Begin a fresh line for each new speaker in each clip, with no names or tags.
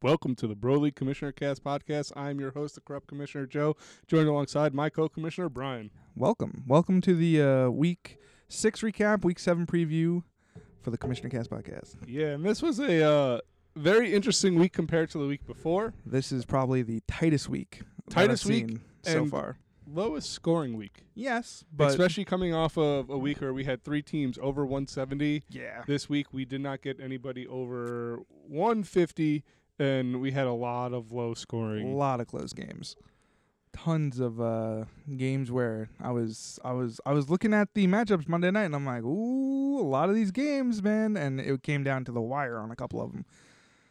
Welcome to the Broly Commissioner Cast podcast. I'm your host, the corrupt commissioner Joe, joined alongside my co-commissioner Brian.
Welcome, welcome to the uh, week six recap, week seven preview for the Commissioner Cast podcast.
Yeah, and this was a uh, very interesting week compared to the week before.
This is probably the tightest week, that
Tightest
I've
week
seen so
and-
far.
Lowest scoring week,
Yes, but
especially coming off of a week where we had three teams over 170.
yeah,
This week we did not get anybody over 150, and we had a lot of low
a
scoring.
lot of close games, tons of uh, games where I was, I was, I was looking at the matchups Monday night, and I'm like, ooh, a lot of these games, man, and it came down to the wire on a couple of them.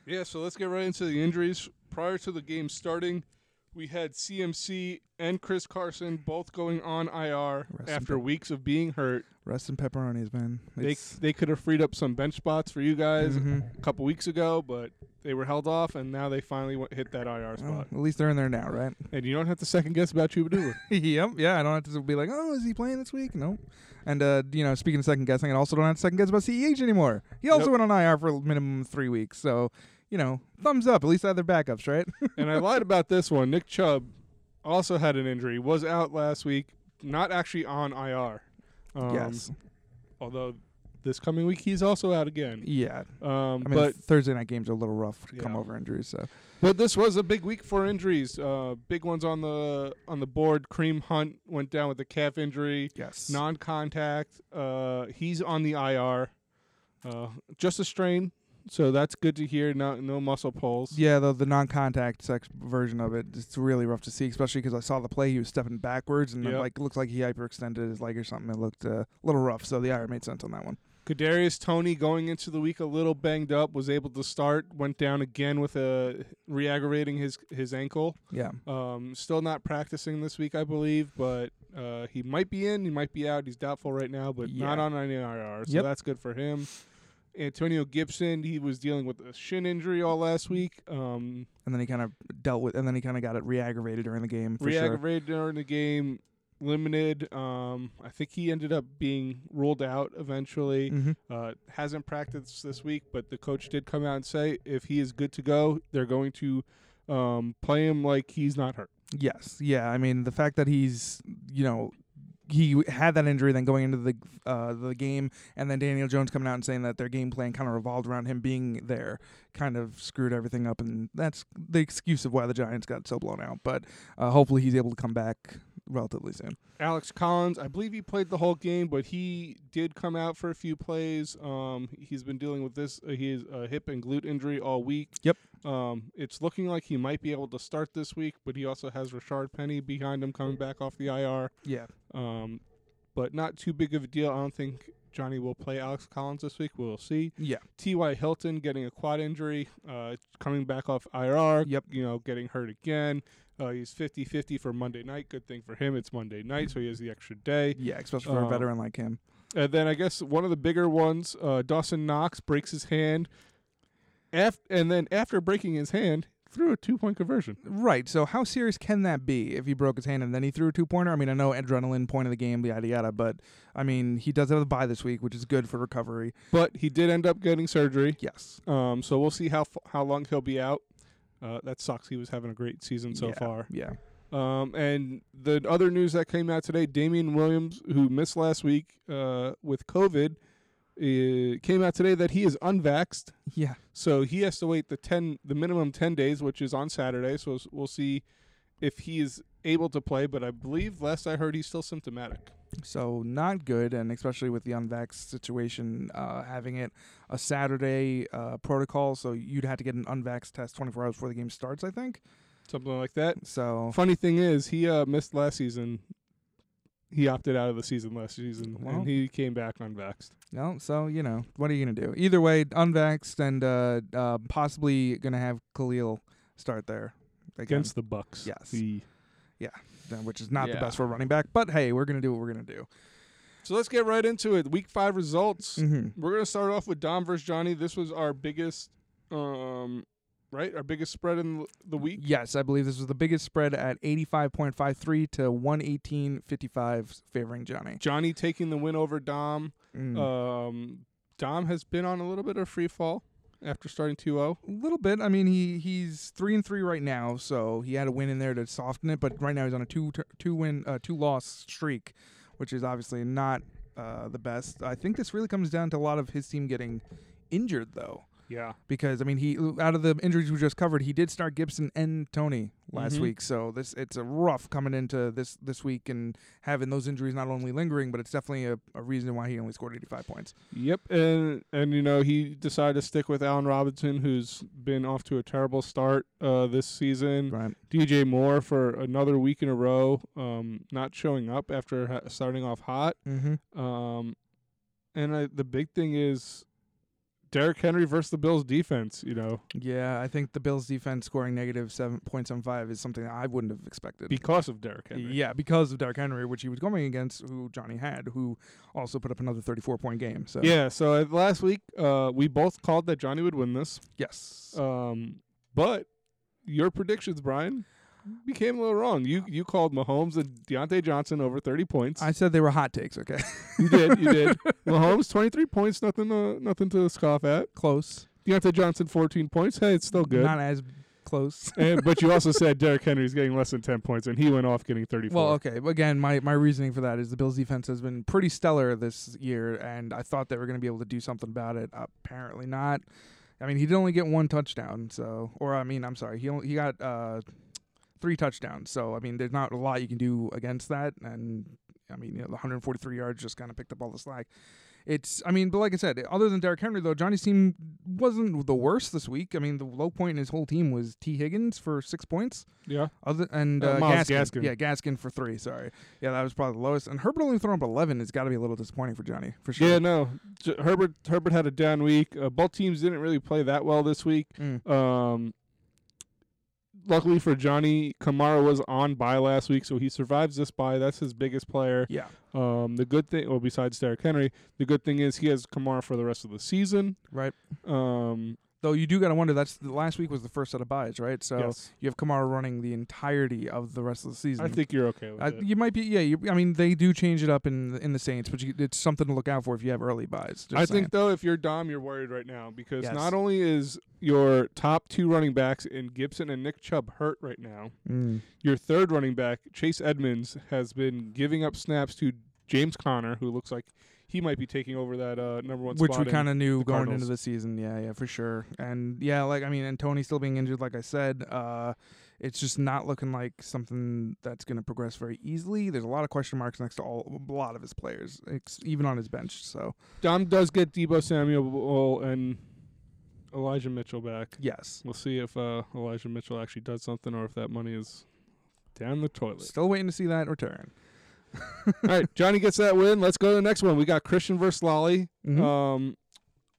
Yeah, so let's get right into the injuries. Prior to the game starting, we had CMC and Chris Carson both going on IR
Rest in
after
peace.
weeks of being hurt.
Rest in pepperonis, man.
They
It's-
they could have freed up some bench spots for you guys
Mhm.
a couple weeks ago, but they were held off, and now they finally went, hit that IR
Well,
spot.
at least they're in there now, right?
And you don't have to second guess about Chubadoo.
yep. Yeah. I don't have to be like, oh, is he playing this week? Nope. And uh, you know, speaking of second guessing, I also don't have to second guess about CEH anymore. He also
Nope.
went on IR for a minimum of three weeks. So, you know, thumbs up. At least I had their backups, right?
and I lied about this one. Nick Chubb also had an injury, was out last week, not actually on IR. Um,
yes.
Although this coming week he's also out again.
Yeah.
Um,
I mean,
but
Thursday night games are a little rough to come
Yeah.
over injuries. So
But this was a big week for injuries. Uh, big ones on the on the board. Cream Hunt went down with a calf injury,
yes.
non-contact. Uh, he's on the IR, uh, just a strain. So that's good to hear. Not no muscle pulls.
Yeah, though the non-contact sex version of it, it's really rough to see, especially because I saw the play. He was stepping backwards, and it,
Yep.
like looks like he hyperextended his leg or something. It looked uh, a little rough. So the IR made sense on that one.
Kadarius Tony going into the week a little banged up, was able to start. Went down again with a re-aggravating his his ankle.
Yeah.
Um, still not practicing this week, I believe, but uh, he might be in, he might be out. He's doubtful right now, but not
Yeah.
on any IR, so
Yep.
that's good for him. Antonio Gibson, he was dealing with a shin injury all last week. Um,
and then he kind of dealt with, and then he kind of got it re-aggravated during the game. For sure.
reaggravated during the game, limited. Um, I think he ended up being ruled out eventually.
Mhm.
Uh, hasn't practiced this week, but the coach did come out and say if he is good to go, they're going to um, play him like he's not hurt.
Yes, yeah. I mean, the fact that he's, you know, he w- had that injury, then going into the uh, the game, and then Daniel Jones coming out and saying that their game plan kind of revolved around him being there, kind of screwed everything up, and that's the excuse of why the Giants got so blown out. But uh, hopefully, he's able to come back relatively soon.
Alex Collins, I believe he played the whole game, but he did come out for a few plays. Um, he's been dealing with this uh, his uh, hip and glute injury all week.
Yep.
Um, it's looking like he might be able to start this week, but he also has Rashard Penny behind him coming back off the IR.
Yeah,
Um, but not too big of a deal. I don't think Johnny will play Alex Collins this week. We'll see.
yeah.
T.Y. Hilton getting a quad injury, uh, coming back off IR.
Yep.
You know, getting hurt again. Uh, he's 50 50 for Monday night. Good thing for him. It's Monday night, so he has the extra day.
Yeah, especially for
Uh,
a veteran like him.
And then I guess one of the bigger ones, uh, Dawson Knox breaks his hand. Af- and then after breaking his hand, threw a two point conversion.
Right. So how serious can that be if he broke his hand and then he threw a two pointer? I mean, I know adrenaline, point of the game, yada yada, but I mean, he does have a bye this week, which is good for recovery.
But he did end up getting surgery.
Yes.
Um, so we'll see how f- how long he'll be out. Uh, that sucks. He was having a great season so
Yeah,
far.
Yeah.
Um, and the other news that came out today, Damian Williams, who missed last week uh, with COVID, uh, came out today that he is unvaxxed.
Yeah.
So he has to wait the ten, the minimum ten days, which is on Saturday. So s- we'll see if he is able to play. But I believe last I heard, he's still symptomatic.
So not good, and especially with the unvaxxed situation, uh, having it a Saturday uh, protocol, so you'd have to get an unvaxxed test 24 hours before the game starts, I think.
Something like that.
So
Funny thing is, he uh, missed last season. He opted out of the season last season,
Well.
and he came back unvaxxed.
no, so you know, what are you gonna do? Either way, unvaxxed and uh, uh, possibly gonna have Khalil start there again.
Against the Bucks.
Yes.
He-
uh, which is not
Yeah.
the best for a running back. But hey, we're gonna do what we're gonna do.
So let's get right into it. Week five results.
Mm-hmm.
We're gonna start off with Dom versus Johnny. This was our biggest, um, right? Our biggest spread in the week.
Yes, I believe this was the biggest spread at eighty-five point five three to one eighteen fifty-five, favoring Johnny.
Johnny taking the win over Dom.
Mm.
Um, Dom has been on a little bit of free fall. after starting 2-0?
A little bit. I mean, he he's three and three right now, so he had a win in there to soften it. But right now he's on a two tur- two win uh, two loss streak, which is obviously not uh, the best. I think this really comes down to a lot of his team getting injured, though,
Yeah.
because I mean, he out of the injuries we just covered, he did start Gibson and Tony last
Mhm.
week. So this it's a rough coming into this this week and having those injuries not only lingering, but it's definitely a, a reason why he only scored eighty five points.
Yep, and and you know he decided to stick with Allen Robinson, who's been off to a terrible start uh, this season.
Right.
DJ Moore for another week in a row, um, not showing up after ha- starting off hot.
Mm-hmm.
Um, and I, the big thing is Derrick Henry versus the Bills defense. You know,
Yeah, I think the Bills' defense scoring negative seven point seven five is something that I wouldn't have expected.
because of Derrick Henry.
yeah, because of Derrick Henry, which he was going against, who Johnny had, who also put up another thirty-four point game. So
Yeah. So uh, last week, uh, we both called that Johnny would win this.
yes,
Um, but your predictions, Brian, became a little wrong. You you called Mahomes and Deontay Johnson over thirty points.
I said they were hot takes. Okay,
you did, you did. Mahomes twenty three points, nothing to, nothing to scoff at.
close,
Deontay Johnson fourteen points. Hey, it's still good.
not as close.
and, but you also said Derrick Henry's getting less than ten points, and he went off getting thirty four.
Well, okay. but Again, my, my reasoning for that is the Bills' defense has been pretty stellar this year, and I thought they were going to be able to do something about it. Apparently not. I mean, he did only get one touchdown, so or I mean, I'm sorry, he only, he got uh, three touchdowns. So I mean, there's not a lot you can do against that, and I mean, you know, the 143 yards just kind of picked up all the slack. It's, I mean, but like I said, other than Derrick Henry, though, Johnny's team wasn't the worst this week. I mean, the low point in his whole team was T. Higgins for six points.
yeah,
Other and
Uh,
uh,
Miles
Gaskin.
Gaskin.
yeah, Gaskin for three. Sorry, yeah, that was probably the lowest. And Herbert only throwing up eleven has got to be a little disappointing for Johnny for sure.
yeah. No, J- Herbert Herbert had a down week. Uh, both teams didn't really play that well this week.
Mm.
Um, luckily for Johnny, Kamara was on by last week, so he survives this by. That's his biggest player.
yeah,
Um, the good thing, well, besides Derrick Henry, the good thing is he has Kamara for the rest of the season.
right.
Um,
Though you do got to wonder. That's the last week was the first set of buys, right? So
yes,
you have Kamara running the entirety of the rest of the season.
I think you're okay with
Uh,
it.
you might be, yeah. You, I mean, they do change it up in in the Saints, but you, it's something to look out for if you have early buys. Just
I
saying.
think though, if you're Dom, you're worried right now because
Yes.
not only is your top two running backs in Gibson and Nick Chubb hurt right now,
Mm.
your third running back Chase Edmonds has been giving up snaps to James Conner, who looks like he might be taking over that uh, number one
which
spot.
we kind of knew
the
going
Cardinals.
into the season. Yeah, yeah, for sure. And yeah, like I mean, and Tony still being injured, like I said, uh, it's just not looking like something that's going to progress very easily. There's a lot of question marks next to all a lot of his players, ex- even on his bench. So
Dom does get Debo Samuel and Elijah Mitchell back.
yes,
We'll see if uh, Elijah Mitchell actually does something or if that money is down the toilet.
still waiting to see that return.
All right, Johnny gets that win. Let's go to the next one. We got Christian versus Lolly.
Mhm.
Um,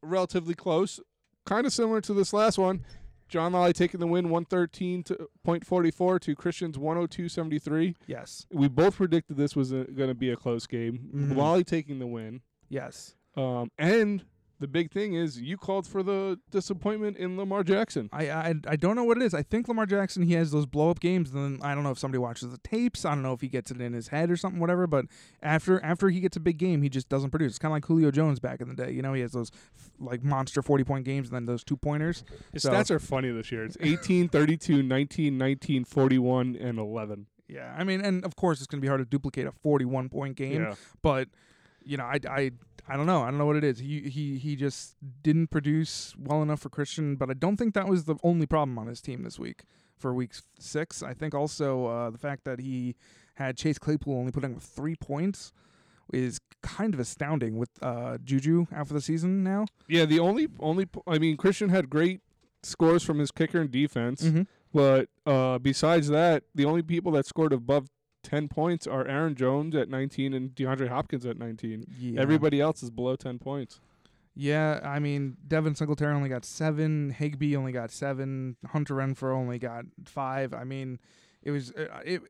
relatively close, kind of similar to this last one. John Lolly taking the win, one thirteen to point forty four to Christian's one hundred two seventy three.
yes,
We both predicted this was going to be a close game.
Mhm.
Lolly taking the win,
yes.
um, and the big thing is you called for the disappointment in Lamar Jackson.
I, I I don't know what it is. I think Lamar Jackson he has those blow up games, and then I don't know if somebody watches the tapes. I don't know if he gets it in his head or something, whatever. But after after he gets a big game, he just doesn't produce. It's kind of like Julio Jones back in the day. You know, he has those like monster forty point games, and then those two pointers.
His
So-
stats are funny this year. It's 18, 32, 19, 19, 41, and 11.
Yeah, I mean, and of course it's gonna be hard to duplicate a forty one point game,
Yeah.
but you know, I I. I don't know. I don't know what it is. He he he just didn't produce well enough for Christian, but I don't think that was the only problem on his team this week for week six. I think also uh, the fact that he had Chase Claypool only putting up three points is kind of astounding with uh, Juju out for the season now.
Yeah, the only only I mean Christian had great scores from his kicker and defense,
Mm-hmm.
but uh, besides that, the only people that scored above 10 points are Aaron Jones at 19 and DeAndre Hopkins at 19.
Yeah.
Everybody else is below 10 points.
Yeah, I mean, Devin Singletary only got seven. Higby only got seven. Hunter Renfro only got five. I mean, it was uh, it.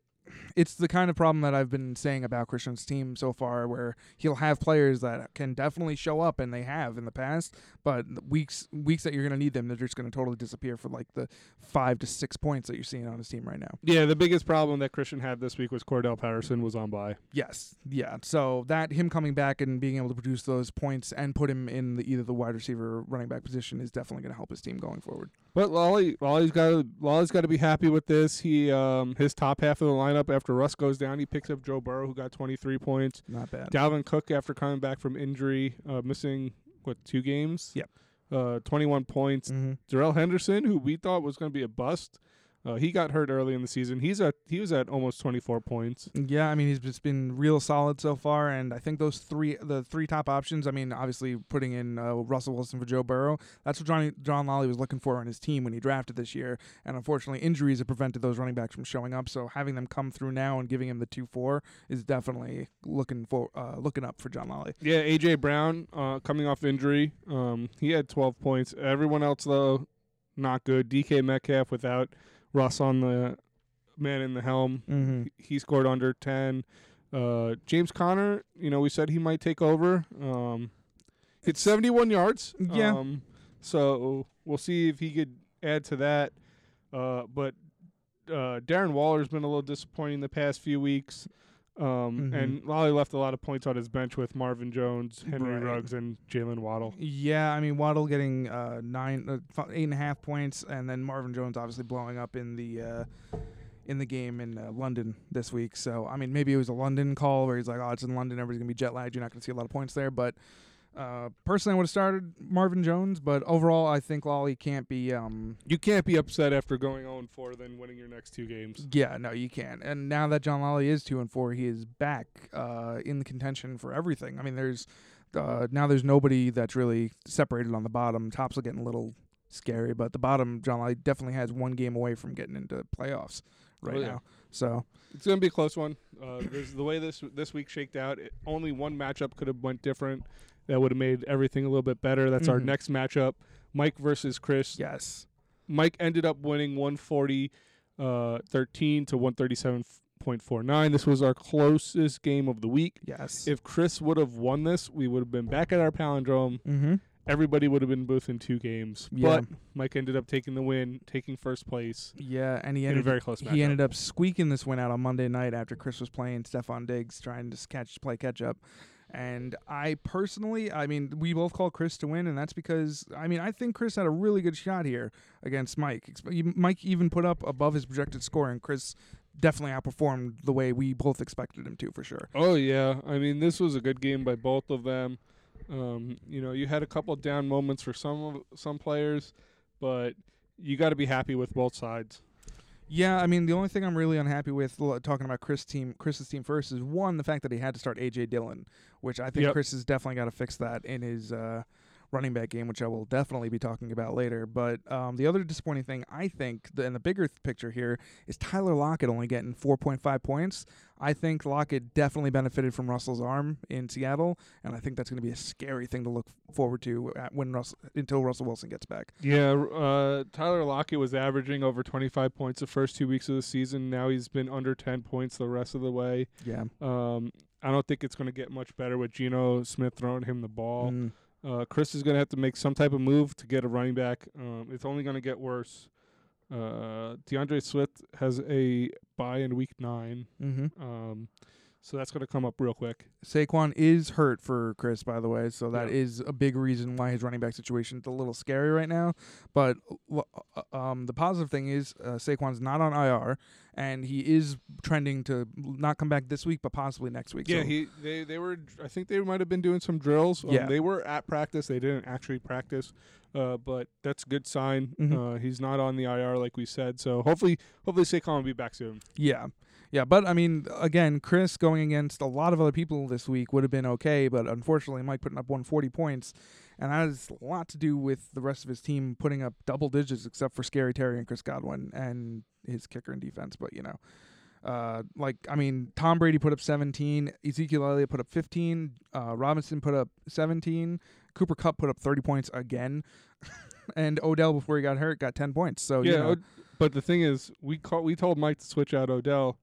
it's the kind of problem that I've been saying about Christian's team so far, where he'll have players that can definitely show up, and they have in the past, but the weeks weeks that you're going to need them, they're just going to totally disappear for like the five to six points that you're seeing on his team right now.
Yeah, the biggest problem that Christian had this week was Cordell Patterson was on by.
Yes, yeah. So that him coming back and being able to produce those points and put him in the, either the wide receiver or running back position is definitely going to help his team going forward.
But Lolly, Lolly's got Lolly's got to be happy with this. He um his top half of the lineup after Russ goes down, he picks up Joe Burrow who got 23 points.
Not bad.
Dalvin Cook after coming back from injury, uh, missing what two games?
Yep.
Uh, 21 points.
Mm-hmm.
Darrell Henderson, who we thought was going to be a bust, uh, he got hurt early in the season. He's at he was at almost 24 points.
Yeah, I mean he's just been real solid so far, and I think those three, the three top options. I mean, obviously putting in uh, Russell Wilson for Joe Burrow, that's what Johnny John Lolly was looking for on his team when he drafted this year. And unfortunately, injuries have prevented those running backs from showing up. So having them come through now and giving him the two four is definitely looking for uh, looking up for John Lolly.
Yeah, AJ Brown uh, coming off injury, um, he had 12 points. Everyone else though, not good. DK Metcalf without Russ on the man in the helm,
Mm-hmm.
he scored under 10. Uh, James Conner, you know, we said he might take over. Um, hit 71 yards.
Yeah.
Um, so we'll see if he could add to that. Uh, but uh, Darren Waller's been a little disappointing the past few weeks. Um,
Mhm.
And Lolly left a lot of points on his bench with Marvin Jones, Henry
Right.
Ruggs, and Jalen Waddle.
Yeah, I mean Waddle getting uh, nine, uh, fi- eight and a half points, and then Marvin Jones obviously blowing up in the uh, in the game in uh, London this week. So I mean maybe it was a London call where he's like, oh, it's in London, everybody's gonna be jet lagged, you're not gonna see a lot of points there. But uh, personally, I would have started Marvin Jones, but overall, I think Lolly can't be. Um,
You can't be upset after going 0 4 then winning your next two games.
yeah, no, you can't. And now that John Lolly is two and four, he is back uh, in the contention for everything. I mean, there's uh, now there's nobody that's really separated on the bottom. Tops are getting a little scary, but the bottom John Lolly definitely has one game away from getting into playoffs right
Oh, yeah.
now. So
It's going to be a close one. Uh, this, the way this this week shaked out, it, only one matchup could have went different. That would have made everything a little bit better. That's our
Mhm.
next matchup, Mike versus Chris.
yes,
Mike ended up winning 140 uh, 13 to 137.49. This was our closest game of the week.
yes.
If Chris would have won this, we would have been back at our palindrome.
mm-hmm.
Everybody would have been both in two games.
Yeah.
But Mike ended up taking the win, taking first place
Yeah, and he
in a
ended
very close matchup.
he ended up squeaking this one out on Monday night after Chris was playing Stefan Diggs trying to s- catch play catch up. And I personally, I mean, we both called Chris to win, and that's because I mean, I think Chris had a really good shot here against Mike. Ex- e- Mike even put up above his projected score, and Chris definitely outperformed the way we both expected him to for sure.
Oh yeah, I mean this was a good game by both of them. Um, you know, you had a couple down moments for some of some players, but you got to be happy with both sides.
Yeah, I mean, the only thing I'm really unhappy with l- talking about Chris team, Chris's team first is one, the fact that he had to start AJ Dillon, which I think
Yep.
Chris has definitely got to fix that in his uh, running back game, which I will definitely be talking about later. But um, the other disappointing thing I think, the, and the bigger th- picture here, is Tyler Lockett only getting 4.5 points. I think Lockett definitely benefited from Russell's arm in Seattle, and I think that's going to be a scary thing to look forward to at when Russell until Russell Wilson gets back.
Yeah, uh, Tyler Lockett was averaging over 25 points the first two weeks of the season. Now he's been under 10 points the rest of the way.
Yeah.
Um, I don't think it's going to get much better with Geno Smith throwing him the ball.
Mm.
Uh, Chris is going to have to make some type of move to get a running back. Um, it's only going to get worse. Uh, DeAndre Swift has a bye in week nine,
Mm-hmm.
um, so that's going to come up real quick.
Saquon is hurt for Chris, by the way, so that
Yeah.
is a big reason why his running back situation is a little scary right now. But w- uh, um, the positive thing is uh, Saquon's not on IR, and he is trending to not come back this week, but possibly next week. so
he they they were. I think they might have been doing some drills. Um,
Yeah.
they were at practice. They didn't actually practice, uh, but that's a good sign.
Mhm.
Uh, he's not on the IR like we said. So hopefully, hopefully Saquon will be back soon.
Yeah. Yeah, but I mean, again, Chris going against a lot of other people this week would have been okay, but unfortunately, Mike putting up 140 points, and that has a lot to do with the rest of his team putting up double digits, except for Scary Terry and Chris Godwin and his kicker and defense. But you know, uh, like I mean, Tom Brady put up 17, Ezekiel Elliott put up 15, uh, Robinson put up 17, Cooper Cup put up 30 points again, and Odell before he got hurt got 10 points. So
yeah,
Oh, you know,
Od- but the thing is, we call, we told Mike to switch out Odell.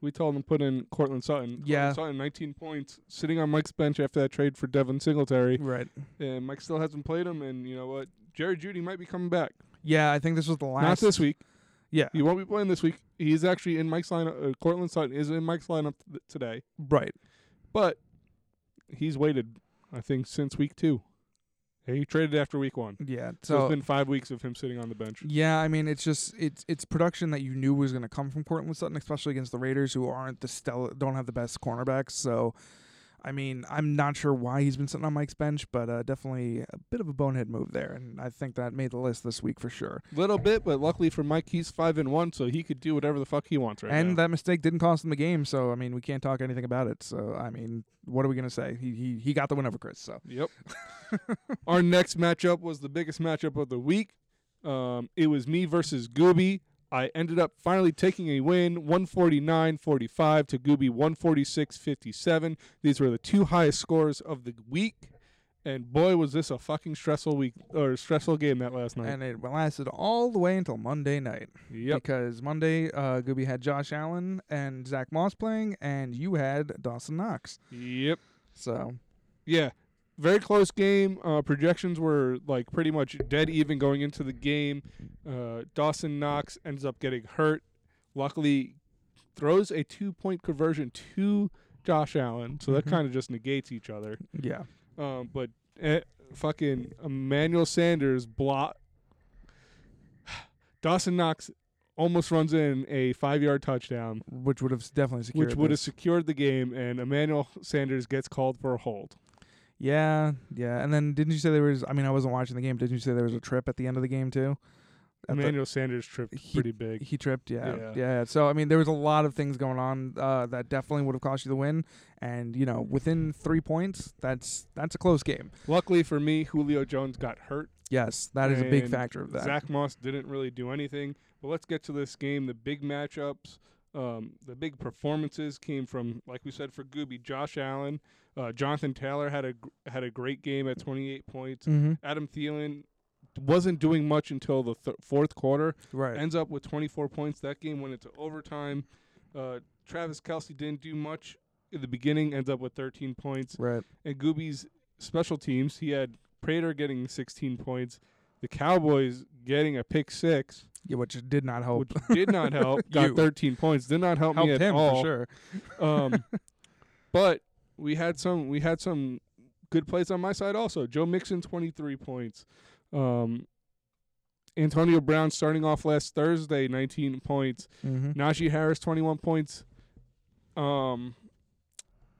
We told him to put in Cortland Sutton. Cortland
Yeah.
Sutton, 19 points, sitting on Mike's bench after that trade for Devin Singletary.
Right.
And Mike still hasn't played him, and you know what? Jerry Judy might be coming back.
Yeah, I think this was the last.
Not this week.
Yeah.
He won't be playing this week. He's actually in Mike's lineup. Uh, Cortland Sutton is in Mike's lineup th- today,
Right.
but he's waited, I think, since week two. He traded after week one.
Yeah.
So,
So
it's been five weeks of him sitting on the bench.
Yeah, I mean, it's just it's it's production that you knew was going to come from Cortland Sutton, especially against the Raiders, who aren't the stellar, don't have the best cornerbacks. So, I mean, I'm not sure why he's been sitting on Mike's bench, but uh, definitely a bit of a bonehead move there, and I think that made the list this week for sure.
Little bit, but luckily for Mike, he's five and one, so he could do whatever the fuck he wants right
and
now.
that mistake didn't cost him the game, so I mean, we can't talk anything about it. So, I mean, what are we going to say? He, he he got the win over Chris. So,
Yep. Our next matchup was the biggest matchup of the week. Um, it was me versus Gooby. I ended up finally taking a win 149 45 to Gooby 146 57. These were the two highest scores of the week. And boy, was this a fucking stressful week or stressful game that last night.
and it lasted all the way until Monday night.
yep.
Because Monday, uh, Gooby had Josh Allen and Zach Moss playing, and you had Dawson Knox.
Yep.
So
Yeah. Very close game. Uh, projections were like pretty much dead even going into the game. Uh, Dawson Knox ends up getting hurt. Luckily, throws a two point conversion to Josh Allen. So that
Mhm.
kind of just negates each other.
yeah,
Um, but eh, fucking Emmanuel Sanders block. Dawson Knox almost runs in a five yard touchdown,
which would have s- definitely secured.
which would have
this.
secured the game. And Emmanuel Sanders gets called for a hold.
Yeah, yeah. And then didn't you say there was? I mean, I wasn't watching the game. Didn't you say there was a trip at the end of the game too? At the-
Emmanuel Sanders tripped
He-
pretty big.
he tripped. Yeah,
Yeah.
yeah, So I mean, there was a lot of things going on uh, that definitely would have cost you the win. And you know, within three points, that's that's a close game.
Luckily for me, Julio Jones got hurt.
Yes, that is a big
And
factor of that.
Zach Moss didn't really do anything. But let's get to this game. The big matchups, um, the big performances came from, like we said, for Gooby, Josh Allen, uh, Jonathan Taylor had a gr- had a great game at 28 points.
hmm
Adam Thielen wasn't doing much until the th- fourth quarter.
Right.
Ends up with 24 points. That game went into overtime. Uh, Travis Kelsey didn't do much in the beginning. Ends up with 13 points.
right.
and Gooby's special teams. He had Prater getting 16 points, the Cowboys getting a pick six,
Yeah, which did not help.
which did not help.
You.
got 13 points. Did not help
helped
me at
him
all.
for sure.
Um, but we had some we had some good plays on my side also. Joe Mixon 23 points. Um, Antonio Brown starting off last Thursday 19 points.
Mm-hmm.
Najee Harris 21 points. Um,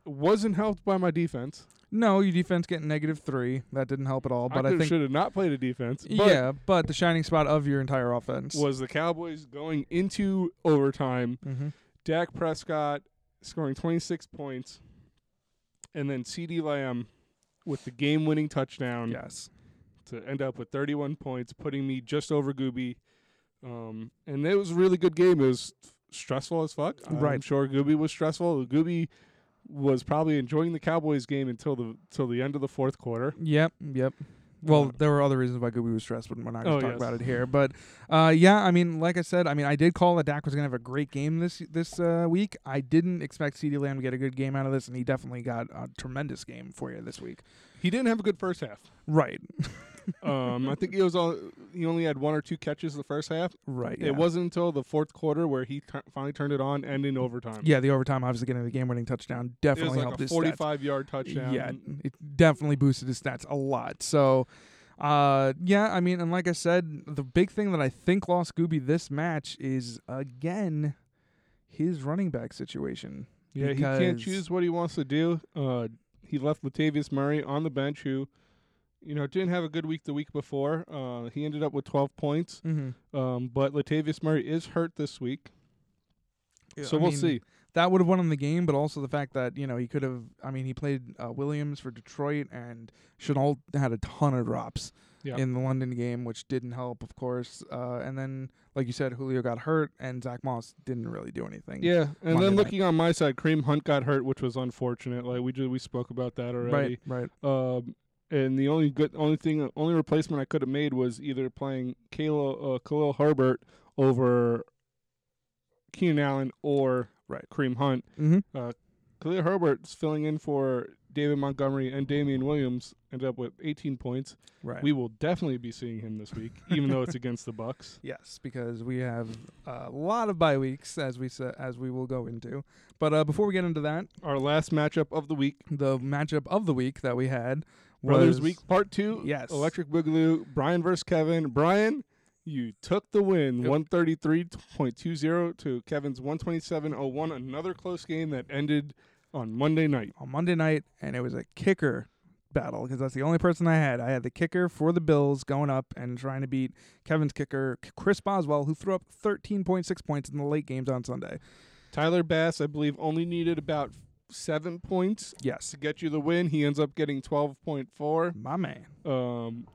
wasn't helped by my defense.
No, your defense getting negative three. That didn't help at all. But I,
could
think
should have not played a defense. But
yeah, but the shining spot of your entire offense.
was the Cowboys going into overtime.
mm-hmm.
Dak Prescott scoring 26 points, and then C.D. Lamb with the game-winning touchdown
Yes.
to end up with 31 points, putting me just over Gooby. Um, and it was a really good game. It was stressful as fuck. I'm
Right.
sure Gooby was stressful. Gooby was probably enjoying the Cowboys game until the till the end of the fourth quarter.
Yep. Yep. Well,
Uh,
there were other reasons why Gooby was stressed, but we're not going
Oh,
to talk
yes.
about it here. But uh, yeah, I mean, like I said, I mean, I did call that Dak was going to have a great game this this uh, week. I didn't expect CD Lamb to get a good game out of this, and he definitely got a tremendous game for you this week.
He didn't have a good first half.
Right.
um, I think it was all. He only had one or two catches the first half.
Right. yeah.
It wasn't until the fourth quarter where he tu- finally turned it on, and in overtime,
Yeah, the overtime obviously getting the game-winning touchdown
it was
definitely
like
helped
a
his stats.
forty-five yard touchdown.
Yeah, it definitely boosted his stats a lot. So, uh, yeah, I mean, and like I said, the big thing that I think lost Gooby this match is again his running back situation.
Yeah, he can't
because-
choose what he wants to do. Uh, he left Latavius Murray on the bench, who, you know, didn't have a good week the week before. Uh, he ended up with twelve points,
Mm-hmm.
um, but Latavius Murray is hurt this week, so we'll see.
That would have won him the game, but also the fact that you know he could have. I mean, he played uh, Williams for Detroit, and Chenault had a ton of drops
Yeah.
in the London game, which didn't help, of course. Uh, and then, like you said, Julio got hurt, and Zach Moss didn't really do anything.
Yeah, and
Monday
then
night.
looking on my side, Kareem Hunt got hurt, which was unfortunate. Like we ju- we spoke about that already.
right, right.
Um, and the only good, only thing, only replacement I could have made was either playing Kalo, uh, Khalil Herbert over Keenan Allen or
Right.
Kareem Hunt.
Mm-hmm.
Khalil Herbert's filling in for David Montgomery and Damian Williams. Ended up with 18 points.
Right.
We will definitely be seeing him this week, even though it's against the Bucks.
Yes, because we have a lot of bye weeks as we sa- as we will go into. But uh, before we get into that,
Our last matchup of the week,
the matchup of the week that we had was
Brothers Week Part Two.
Yes.
Electric Boogaloo, Brian versus Kevin. Brian, you took the win,
Yep.
133.20 to Kevin's 127.01. Another close game that ended on Monday night.
on Monday night, and it was a kicker battle because that's the only person I had. I had the kicker for the Bills going up and trying to beat Kevin's kicker K- Chris Boswell, who threw up 13.6 points in the late games on Sunday.
Tyler Bass, I believe, only needed about seven points
Yes,
to get you the win. He ends up getting 12.4.
my man.
Um,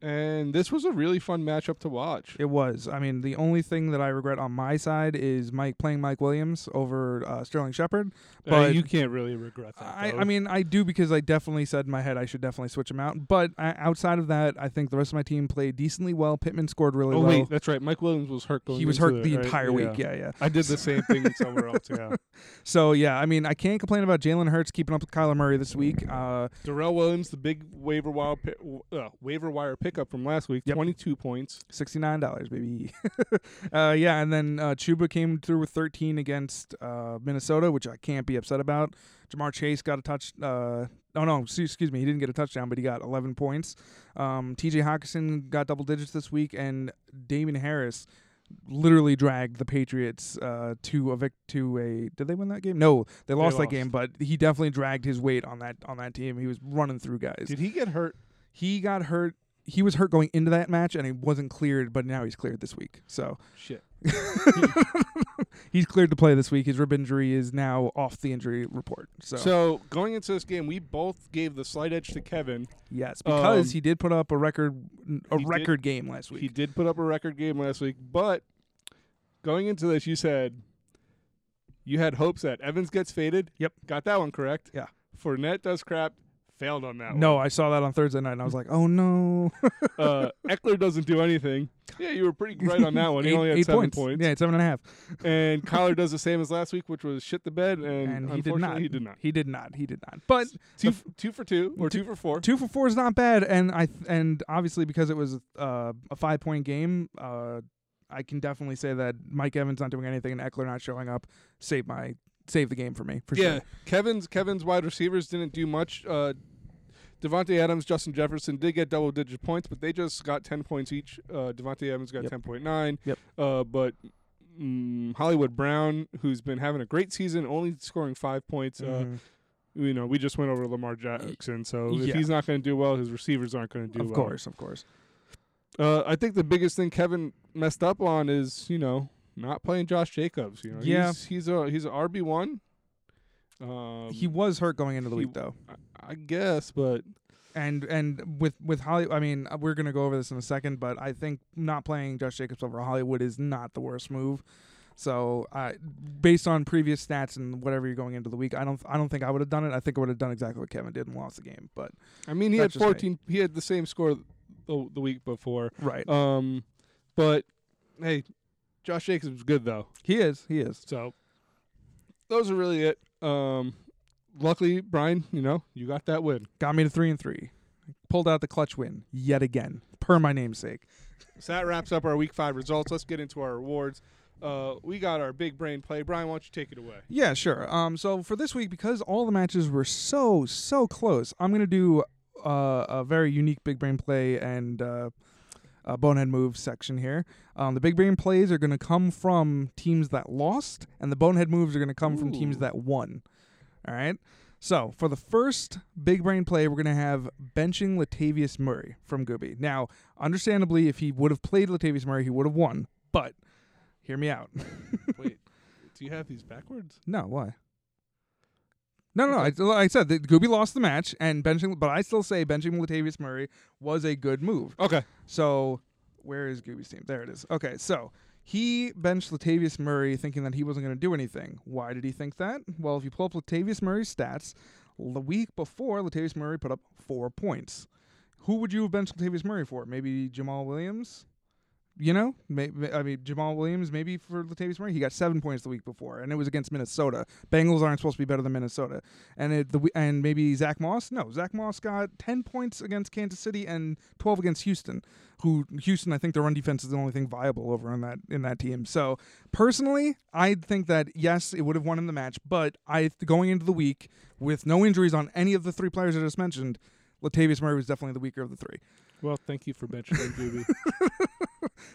and this was a really fun matchup to watch.
It was. I mean, the only thing that I regret on my side is Mike playing Mike Williams over uh, Sterling Shepard.
But
But-
you can't really regret that.
I,
though.
I mean, I do because I definitely said in my head I should definitely switch him out. But I, outside of that, I think the rest of my team played decently well. Pittman scored really
oh
well.
wait, that's right. Mike Williams was hurt. Going
he was
into
hurt
it,
the
right?
entire
Yeah.
week. Yeah, yeah.
I did the same thing in somewhere else. Yeah,
So yeah, I mean, I can't complain about Jalen Hurts keeping up with Kyler Murray this week. Uh,
Darrell Williams, the big waiver wire pi- uh, waiver wire pickup from last week,
Yep.
twenty two points.
Sixty nine dollars, baby. uh, yeah, and then uh, Chuba came through with thirteen against uh, Minnesota, which I can't be upset about. Jamar Chase got a touch. Uh, oh no, excuse excuse me, he didn't get a touchdown, but he got eleven points. Um, T.J. Hawkinson got double digits this week, and Damien Harris literally dragged the Patriots uh, to a vic- to a. Did they win that game? No, they
lost.
lost, that game, but he definitely dragged his weight on that on that team. He was running through guys.
Did he get hurt?
He got hurt. He was hurt going into that match, and he wasn't cleared. But now he's cleared this week, so
Shit.
he's cleared to play this week. His rib injury is now off the injury report. So,
So. going into this game, we both gave the slight edge to Kevin.
yes, because
Um,
he did put up a record a
He did-
record game last
He
week.
did put up a record game last week, but going into this, you said you had hopes that Evans gets faded.
Yep.
Got that one correct.
Yeah.
Fournette does crap. Failed on that
No, I saw that on Thursday night, and I was like, oh no,
one. Uh, Eckler doesn't do anything. Yeah, you were pretty right on that one. He
Eight-
only had
eight
seven
points.
points.
Yeah, it's seven and a half.
And Kyler does the same as last week, which was shit the bed, and,
And he
unfortunately
did not.
he did not.
He did not. He did not. But
Two,
The
f- two for two or two,
two-
for four.
two for four is not bad, and I th- and obviously because it was uh, a five point game, uh, I can definitely say that Mike Evans not doing anything and Eckler not showing up saved my saved the game for me for
yeah,
sure.
Kevin's Kevin's wide receivers didn't do much. Uh, Devontae Adams, Justin Jefferson did get double digit points, but they just got ten points each. Uh, Devontae Adams got
Yep.
ten point nine.
Yep.
Uh, but mm, Hollywood Brown, who's been having a great season, only scoring five points.
Mhm.
Uh, you know, we just went over Lamar Jackson, so if
Yeah.
he's not going to do well, his receivers aren't going to do
of
well.
course, of course.
Uh, I think the biggest thing Kevin messed up on is you know not playing Josh Jacobs. You know,
Yeah.
he's he's a he's a RB one. Um,
he was hurt going into the
he-
week though,
I, I guess, but
and and with with Holly, I mean uh, we're gonna go over this in a second, but I think not playing Josh Jacobs over Hollywood is not the worst move. So, uh, based on previous stats and whatever you're going into the week, I don't, I don't think I would have done it. I think I would have done exactly what Kevin did and lost the game. But
I mean he
That's
had
just me.
fourteen. He had the same score the, the week before.
right,
Um, but hey, Josh Jacobs was good though.
he is, he is.
So those are really it. Um, luckily Brian, you know you got that win.
got me to three and three. Pulled out the clutch win yet again, per my namesake.
So that wraps up our week five results. Let's get into our awards. Uh, we got our big brain play. Brian, why don't you take it away?
Yeah, sure. Um, so for this week, because all the matches were so so close, I'm gonna do uh, a very unique big brain play and uh, uh, bonehead move section here. Um, the big brain plays are gonna come from teams that lost, and the bonehead moves are gonna come from teams
Ooh.
that won. All right. So for the first big brain play, we're gonna have benching Latavius Murray from Gooby. Now, understandably, if he would have played Latavius Murray, he would have won. But hear me out.
Wait, do you have these backwards?
No, why? No, no, no. I, I said that Gooby lost the match, and benching, but I still say benching Latavius Murray was a good move.
Okay.
So, where is Gooby's team? There it is. Okay, so he benched Latavius Murray thinking that he wasn't going to do anything. Why did he think that? Well, if you pull up Latavius Murray's stats, the week before, Latavius Murray put up four points. Who would you have benched Latavius Murray for? Maybe Jamal Williams? You know, maybe, I mean Jamal Williams. Maybe for Latavius Murray, he got seven points the week before, and it was against Minnesota. Bengals aren't supposed to be better than Minnesota, and it, the w- and maybe Zach Moss. No, Zach Moss got ten points against Kansas City and twelve against Houston. Who Houston? I think their run defense is the only thing viable over on that in that team. So personally, I think that yes, it would have won in the match, but I going into the week with no injuries on any of the three players I just mentioned, Latavius Murray was definitely the weaker of the three.
Well, thank you for mentioning Gooby.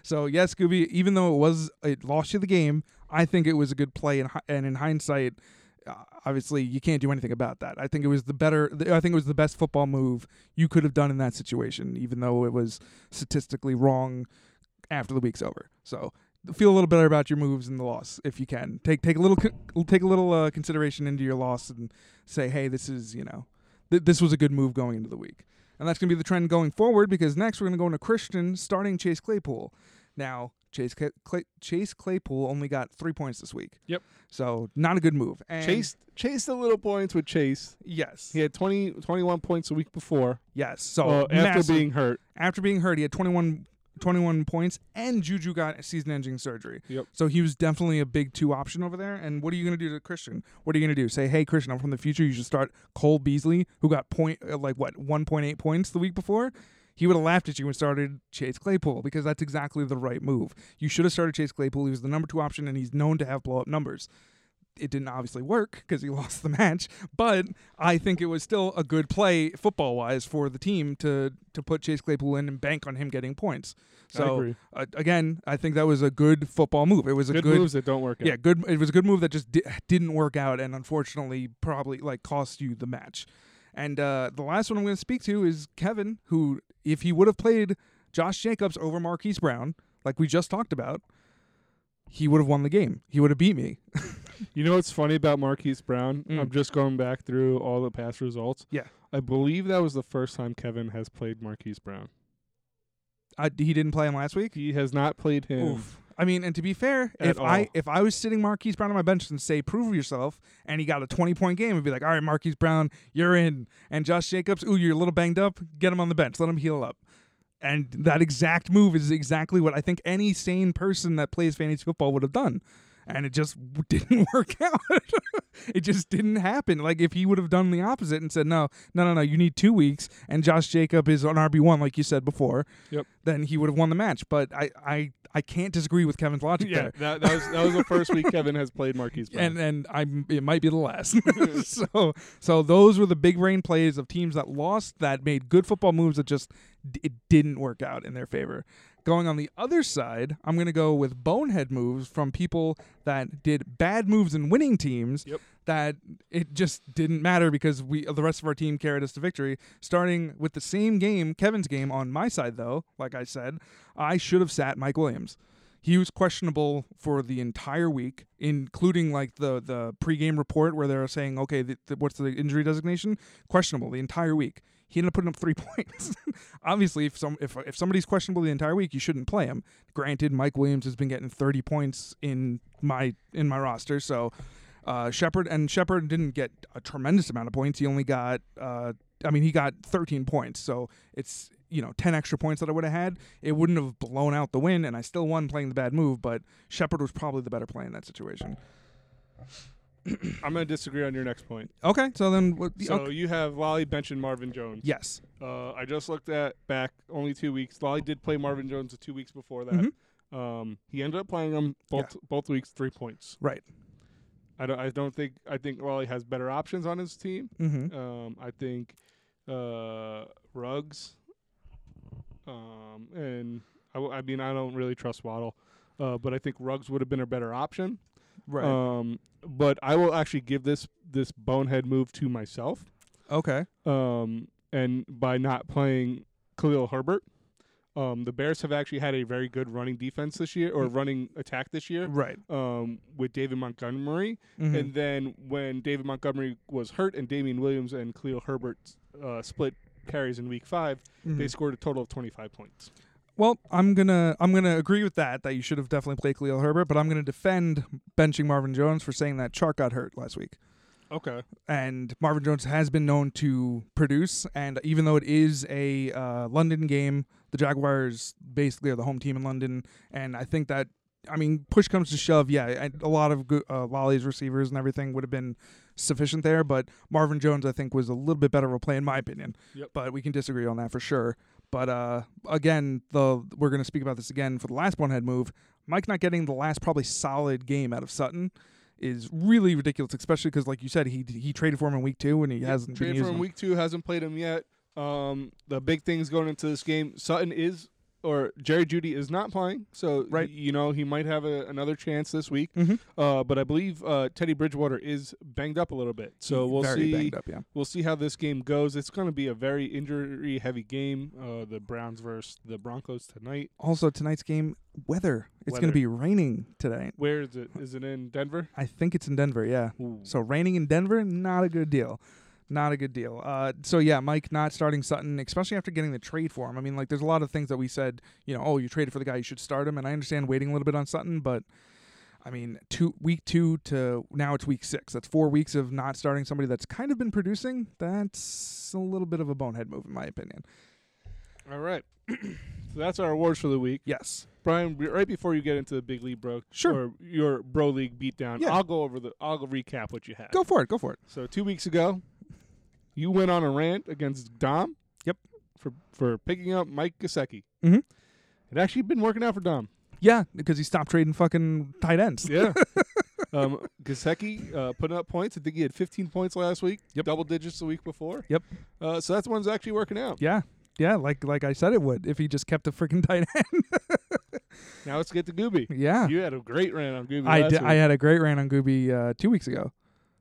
So yes, Scooby. Even though it was it lost you the game, I think it was a good play, and hi- and in hindsight, uh, obviously you can't do anything about that. I think it was the better. th- I think it was the best football move you could have done in that situation, even though it was statistically wrong after the week's over. So feel a little better about your moves and the loss if you can. Take take a little con- take a little uh, consideration into your loss and say, hey, this is you know, th- this was a good move going into the week. And that's going to be the trend going forward because next we're going to go into Christian starting Chase Claypool. Now, Chase Cla- Clay- Chase Claypool only got three points this week.
Yep.
So not a good move. And
Chase chased the little points with Chase.
yes,
He had 20, 21 points a week before.
yes. So
uh, after
massive-
being hurt,
after being hurt, he had 21, 21 points, and Juju got season-ending surgery.
Yep.
So he was definitely a big two option over there. And what are you going to do to Christian? What are you going to do? Say, hey, Christian, I'm from the future. You should start Cole Beasley, who got point uh, like what one point eight points the week before. He would have laughed at you and started Chase Claypool because that's exactly the right move. You should have started Chase Claypool. He was the number two option, and he's known to have blow up numbers. It didn't obviously work because he lost the match, but I think it was still a good play football wise for the team to to put Chase Claypool in and bank on him getting points.
I
So
agree.
Uh, again, I think that was a good football move. It was a
good,
good,
moves that don't work out.
yeah, good. It was a good move that just di- didn't work out, and unfortunately, probably like cost you the match. And uh, the last one I'm going to speak to is Kevin, who, if he would have played Josh Jacobs over Marquise Brown, like we just talked about, he would have won the game. He would have beat me.
You know what's funny about Marquise Brown?
Mm.
I'm just going back through all the past results.
Yeah.
I believe that was the first time Kevin has played Marquise Brown.
I, he didn't play him last week.
He has not played him.
Oof. I mean, and to be fair,
At
if I
all.
if I was sitting Marquise Brown on my bench and say, "Prove yourself," and he got a twenty point game, I'd be like, "All right, Marquise Brown, you're in." And Josh Jacobs, ooh, you're a little banged up. Get him on the bench. Let him heal up. And that exact move is exactly what I think any sane person that plays fantasy football would have done. And it just w- didn't work out. it just didn't happen. Like if he would have done the opposite and said, "No, no, no, no, you need two weeks," and Josh Jacob is on RB one, like you said before,
Yep.
then he would have won the match. But I, I, I can't disagree with Kevin's logic
Yeah,
there.
that, that was that was the first week Kevin has played Marquise Brown.
And and I it might be the last. so so those were the big rain plays of teams that lost that made good football moves that just d- it didn't work out in their favor. Going on the other side, I'm going to go with bonehead moves from people that did bad moves in winning teams
Yep.
that it just didn't matter because we the rest of our team carried us to victory. Starting with the same game, Kevin's game on my side though, like I said, I should have sat Mike Williams. He was questionable for the entire week, including like the the pregame report where they're saying, okay, th th- what's the injury designation? Questionable the entire week. He ended up putting up three points. Obviously, if some if if somebody's questionable the entire week, you shouldn't play him. Granted, Mike Williams has been getting 30 points in my in my roster, so uh, Shepard and Shepard didn't get a tremendous amount of points. He only got, uh, I mean, he got 13 points. So it's you know 10 extra points that I would have had. It wouldn't have blown out the win, and I still won playing the bad move. But Shepard was probably the better play in that situation.
I'm going to disagree on your next point.
Okay, so then what?
So
okay.
you have Lolly benching Marvin Jones.
yes,
Uh, I just looked at back only two weeks. Lolly did play Marvin Jones the two weeks before that.
Mm-hmm.
Um, he ended up playing him both both weeks, three points.
right.
I don't. I don't think. I think Lolly has better options on his team.
Mm-hmm.
Um, I think uh, Rugs. Um, and I, w- I mean, I don't really trust Waddle, uh, but I think Rugs would have been a better option.
Right.
Um, but I will actually give this this bonehead move to myself.
okay.
Um, and by not playing Khalil Herbert, um, the Bears have actually had a very good running defense this year or running attack this year.
Right.
Um, with David Montgomery,
Mhm.
and then when David Montgomery was hurt and Damian Williams and Cleo Herbert uh, split carries in week 5
Mhm.
they scored a total of 25 points.
Well, I'm gonna I'm gonna agree with that that you should have definitely played Khalil Herbert, but I'm gonna defend benching Marvin Jones for saying that Chark got hurt last week.
Okay.
and Marvin Jones has been known to produce. And even though it is a uh, London game, the Jaguars basically are the home team in London. And I think that, I mean, push comes to shove, yeah, and a lot of go- uh, Lolly's receivers and everything would have been sufficient there. But Marvin Jones, I think, was a little bit better of a play, in my opinion.
Yep.
But we can disagree on that for sure. But uh, again, the we're going to speak about this again for the last bonehead move. Mike not getting the last probably solid game out of Sutton is really ridiculous, especially because, like you said, he he traded for him in week two and he hasn't been
Traded for
using
him
him.
week two, hasn't played him yet. Um, the big things going into this game, Sutton is or Jerry Judy is not playing, so
Right.
y- you know he might have a, another chance this week.
Mhm.
Uh, but I believe uh, Teddy Bridgewater is banged up a little bit, so we'll
Very
see.
banged up, yeah.
We'll see how this game goes. It's going to be a very injury-heavy game. Uh, the Browns versus the Broncos tonight.
Also, tonight's game weather. It's going
Weather.
to be raining today.
Where is it? Is it in Denver?
I think it's in Denver. Yeah. So raining in Denver, not a good deal. Not a good deal. Uh, so yeah, Mike not starting Sutton, especially after getting the trade for him. I mean, like there's a lot of things that we said. You know, oh, you traded for the guy, you should start him. And I understand waiting a little bit on Sutton, but I mean, two week two to now it's week six. That's four weeks of not starting somebody that's kind of been producing. That's a little bit of a bonehead move, in my opinion.
All right. so that's our awards for the week.
Yes.
Brian, we- right before you get into the big league bro,
Sure.
or your bro league beatdown,
Yeah.
I'll go over the I'll recap what you had.
Go for it. Go for it.
So two weeks ago, you went on a rant against Dom.
Yep.
For for picking up Mike Gasecki.
Mhm.
It actually been working out for Dom.
Yeah, because he stopped trading fucking tight ends.
Yeah. um, Gasecki uh, putting up points. I think he had 15 points last week.
Yep.
Double digits the week before.
Yep.
Uh, so that's one's actually working out.
Yeah. Yeah, like like I said it would if he just kept a freaking tight end.
Now let's get to Gooby.
yeah.
You had a great rant on Gooby.
I
last
did,
week.
I had a great rant on Gooby uh, two weeks ago.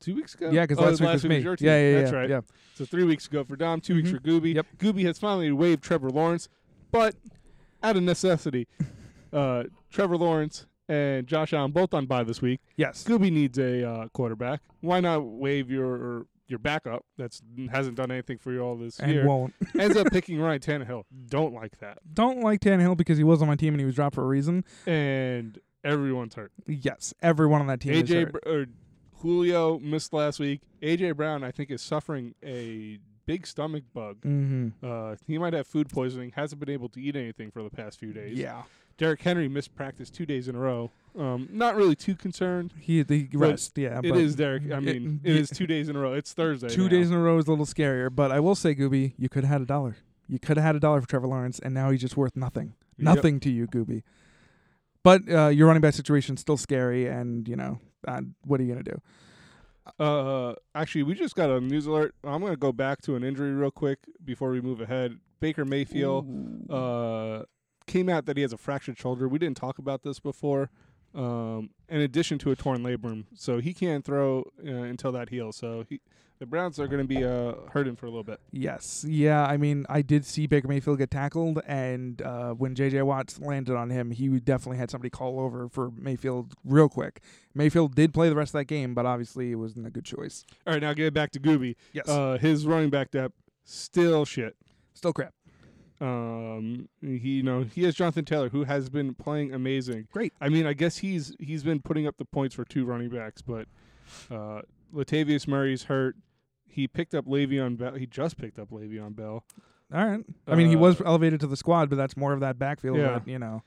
two weeks ago.
Yeah, because
Oh, it
last, week was me.
your team.
yeah, yeah, yeah.
That's right.
Yeah.
So three weeks ago for Dom, 2 weeks
Mhm.
for Gooby.
Yep.
Gooby has finally waived Trevor Lawrence, but out of necessity, uh, Trevor Lawrence and Josh Allen both on bye this week.
Yes.
Gooby needs a uh, quarterback. Why not waive your your backup that's hasn't done anything for you all this
And
year?
won't.
Ends up picking Ryan Tannehill. Don't like that.
Don't like Tannehill because he was on my team and he was dropped for a reason.
And everyone's hurt.
Yes, everyone on that team is
AJ
hurt.
Br- or Julio missed last week. AJ Brown, I think, is suffering a big stomach bug.
Mm-hmm.
Uh, he might have food poisoning. Hasn't been able to eat anything for the past few days.
Yeah.
Derrick Henry missed practice two days in a row. Um, not really too concerned.
He the rest. Yeah.
it
Uh, but
is Derrick. I
it-
mean,
yeah.
it is two days in a row. It's Thursday.
Two
now.
days in a row is a little scarier, but I will say, Gooby, you could have had a dollar. You could have had a dollar for Trevor Lawrence, and now he's just worth nothing.
Yep.
Nothing to you, Gooby. But uh, your running back situation's still scary, and you know uh, what are you gonna do?
Uh, actually, we just got a news alert. I'm going to go back to an injury real quick before we move ahead. Baker Mayfield uh, came out that he has a fractured shoulder. We didn't talk about this before. Um, in addition to a torn labrum, so he can't throw uh, until that heals. So he, the Browns are going to be uh, hurting for a little bit.
Yes. Yeah. I mean, I did see Baker Mayfield get tackled, and uh, when J.J. Watts landed on him, he would definitely had somebody call over for Mayfield real quick. Mayfield did play the rest of that game, but obviously it wasn't a good choice.
All right, now get back to Gooby.
Yes.
Uh, his running back depth still shit.
Still crap.
Um, he you know he has Jonathan Taylor who has been playing amazing.
Great.
I mean, I guess he's he's been putting up the points for two running backs, but uh, Latavius Murray's hurt. He picked up Le'Veon Bell. He just picked up Le'Veon Bell.
All right. I mean, he
Uh,
was elevated to the squad, but that's more of that backfield.
Yeah.
That, you know,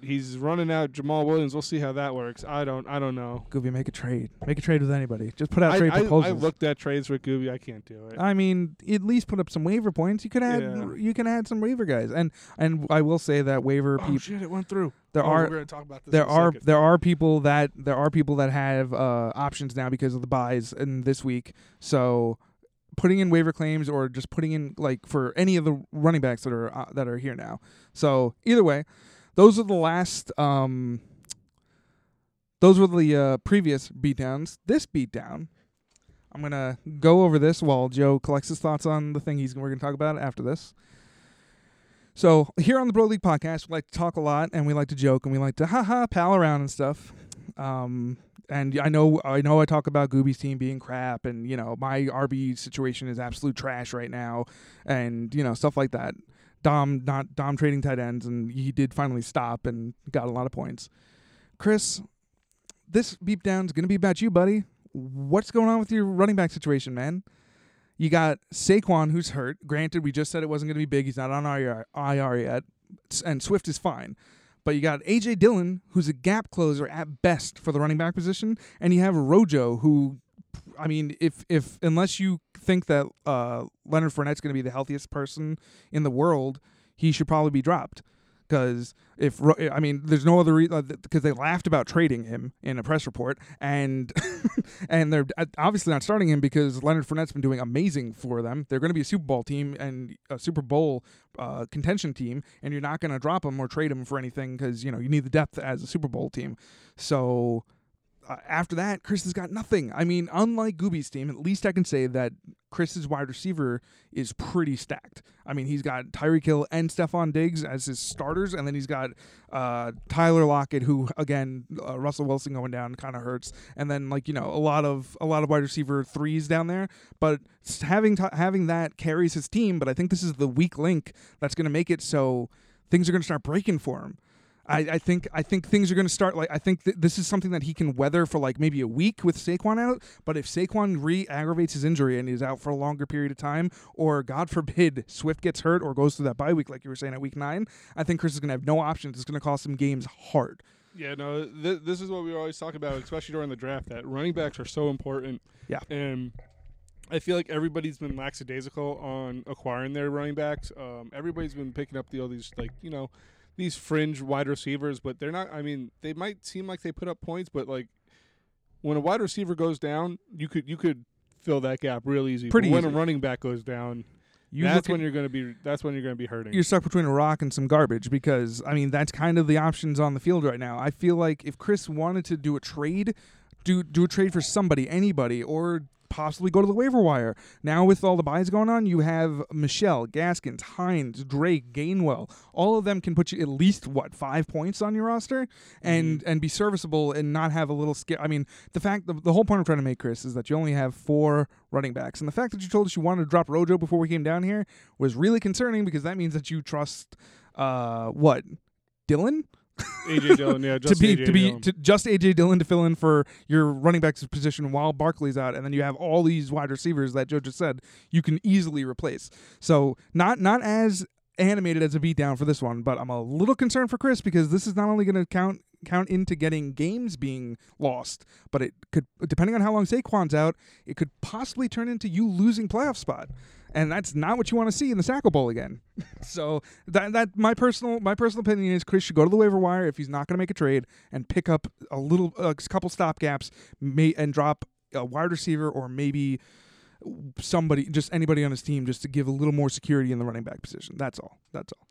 He's running out Jamal Williams. We'll see how that works. I don't. I don't know.
Gooby, make a trade. Make a trade with anybody. Just put out
I,
trade
I,
proposals.
I looked at trades with Gooby. I can't do it.
I mean, at least put up some waiver points. You could add,
Yeah.
you can add some waiver guys, and and I will say that waiver
oh
people
shit! It went through.
there
Oh,
are
We're gonna talk about this.
there
in a
are
second.
there are people that there are people that have uh, options now because of the buys in this week. So putting in waiver claims or just putting in like for any of the running backs that are uh, that are here now. So either way, those are the last. Um, those were the uh, previous beatdowns. This beatdown, I'm gonna go over this while Joe collects his thoughts on the thing he's we're gonna talk about after this. So here on the Bro League podcast, we like to talk a lot and we like to joke and we like to haha pal around and stuff. Um, and I know I know I talk about Gooby's team being crap and you know my RB situation is absolute trash right now and you know stuff like that. Dom not Dom trading tight ends and he did finally stop and got a lot of points. Chris, this beep down's gonna be about you, buddy. what's going on with your running back situation, man? You got Saquon who's hurt. Granted, we just said it wasn't going to be big. He's not on IR, IR yet, S- and Swift is fine. But you got AJ Dillon who's a gap closer at best for the running back position, and you have Rojo who, I mean, if if unless you think that uh, Leonard Fournette's going to be the healthiest person in the world, he should probably be dropped. Because if Ro- I mean, there's no other because they laughed about trading him in a press report, and and they're uh, obviously not starting him because Leonard Fournette's been doing amazing for them. They're going to be a Super Bowl team and a Super Bowl uh, contention team, and you're not going to drop him or trade him for anything because you know you need the depth as a Super Bowl team. So uh, after that, Chris has got nothing. I mean, unlike Gooby's team, at least I can say that Chris's wide receiver is pretty stacked. I mean, he's got Tyreek Hill and Stephon Diggs as his starters, and then he's got uh, Tyler Lockett, who again uh, Russell Wilson going down kind of hurts, and then like you know a lot of a lot of wide receiver threes down there. But s- having t- having that carries his team. But I think this is the weak link that's going to make it so things are going to start breaking for him. I, I think I think things are going to start like I think th- this is something that he can weather for like maybe a week with Saquon out. But if Saquon re-aggravates his injury and is out for a longer period of time, or God forbid Swift gets hurt or goes through that bye week like you were saying at week nine, I think Chris is going to have no options. It's going to cost him games hard.
Yeah, no, th- this is what we always talk about, especially during the draft, that running backs are so important.
Yeah.
And I feel like everybody's been lackadaisical on acquiring their running backs. Um, everybody's been picking up the all these, like, you know, these fringe wide receivers, but they're not, I mean, they might seem like they put up points, but, like, when a wide receiver goes down, you could, you could, Fill that gap real easy. But
Pretty
when
easy.
a running back goes down,
You
that's
look at-
when you're going to be. That's when you're going to be hurting.
you're stuck between a rock and some garbage because I mean that's kind of the options on the field right now. I feel like if Chris wanted to do a trade, do do a trade for somebody, anybody, or possibly go to the waiver wire. Now with all the buys going on, you have Michelle, Gaskins, Hines, Drake, Gainwell. All of them can put you at least what five points on your roster and and be serviceable and not have a little skip. I mean the fact the, the whole point I'm trying to make, Chris, is that you only have four running backs, and the fact that you told us you wanted to drop Rojo before we came down here was really concerning because that means that you trust uh what Dylan
AJ Dillon, yeah, just
to be
AJ
to be
Dillon.
to just AJ Dillon to fill in for your running back's position while Barkley's out, and then you have all these wide receivers that Joe just said you can easily replace. So not not as animated as a beatdown for this one, but I'm a little concerned for Chris because this is not only going to count count into getting games being lost, but it could depending on how long Saquon's out, it could possibly turn into you losing playoff spot. And that's not what you want to see in the Sackle Bowl again. so that that my personal my personal opinion is Chris should go to the waiver wire if he's not going to make a trade and pick up a little a couple stop gaps may, and drop a wide receiver or maybe somebody just anybody on his team just to give a little more security in the running back position. That's all. That's all.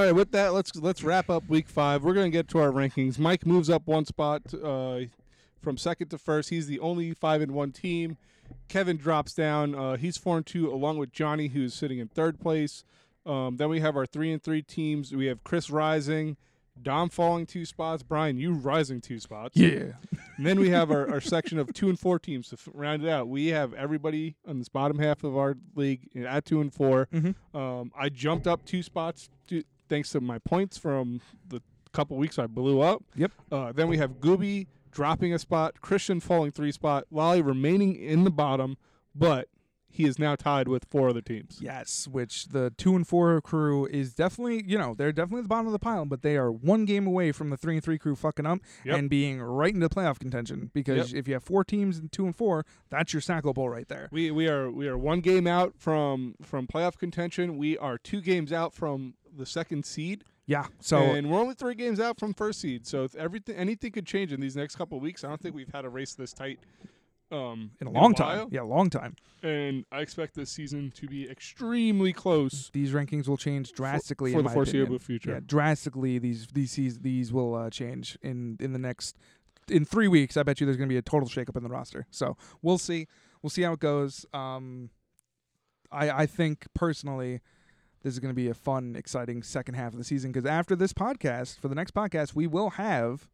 All right, with that, let's let's wrap up week five. We're gonna get to our rankings. Mike moves up one spot uh, from second to first. He's the only five and one team. Kevin drops down. Uh, he's four and two, along with Johnny, who's sitting in third place. Um, then we have our three and three teams. We have Chris rising, Dom falling two spots, Brian you rising two spots.
Yeah.
And then we have our, our section of two and four teams to f- round it out. We have everybody on this bottom half of our league at two and 4 Um, I jumped up two spots to, thanks to my points from the couple weeks I blew up.
Yep.
Uh, then we have Gooby dropping a spot, Christian falling three spot, Lolly remaining in the bottom, but he is now tied with four other teams.
Yes, which the two and four crew is definitely, you know, they're definitely at the bottom of the pile, but they are one game away from the three and three crew fucking up
Yep.
and being right into playoff contention. Because if you have four teams in two and four, that's your Sackle Bowl right there.
We we are we are one game out from from playoff contention. We are two games out from the second seed.
Yeah. So
and we're only three games out from first seed, so if everything anything could change in these next couple of weeks. I don't think we've had a race this tight um,
in a long
while,
time. Yeah, long time.
and I expect this season to be extremely close
These rankings will change drastically
for
in
the
my
foreseeable
opinion.
future.
Yeah, drastically these these seas- these will uh, change in in the next in three weeks. I bet you there's going to be a total shakeup in the roster. So we'll see. We'll see how it goes. Um, I I think personally. This is going to be a fun, exciting second half of the season because after this podcast, for the next podcast, we will have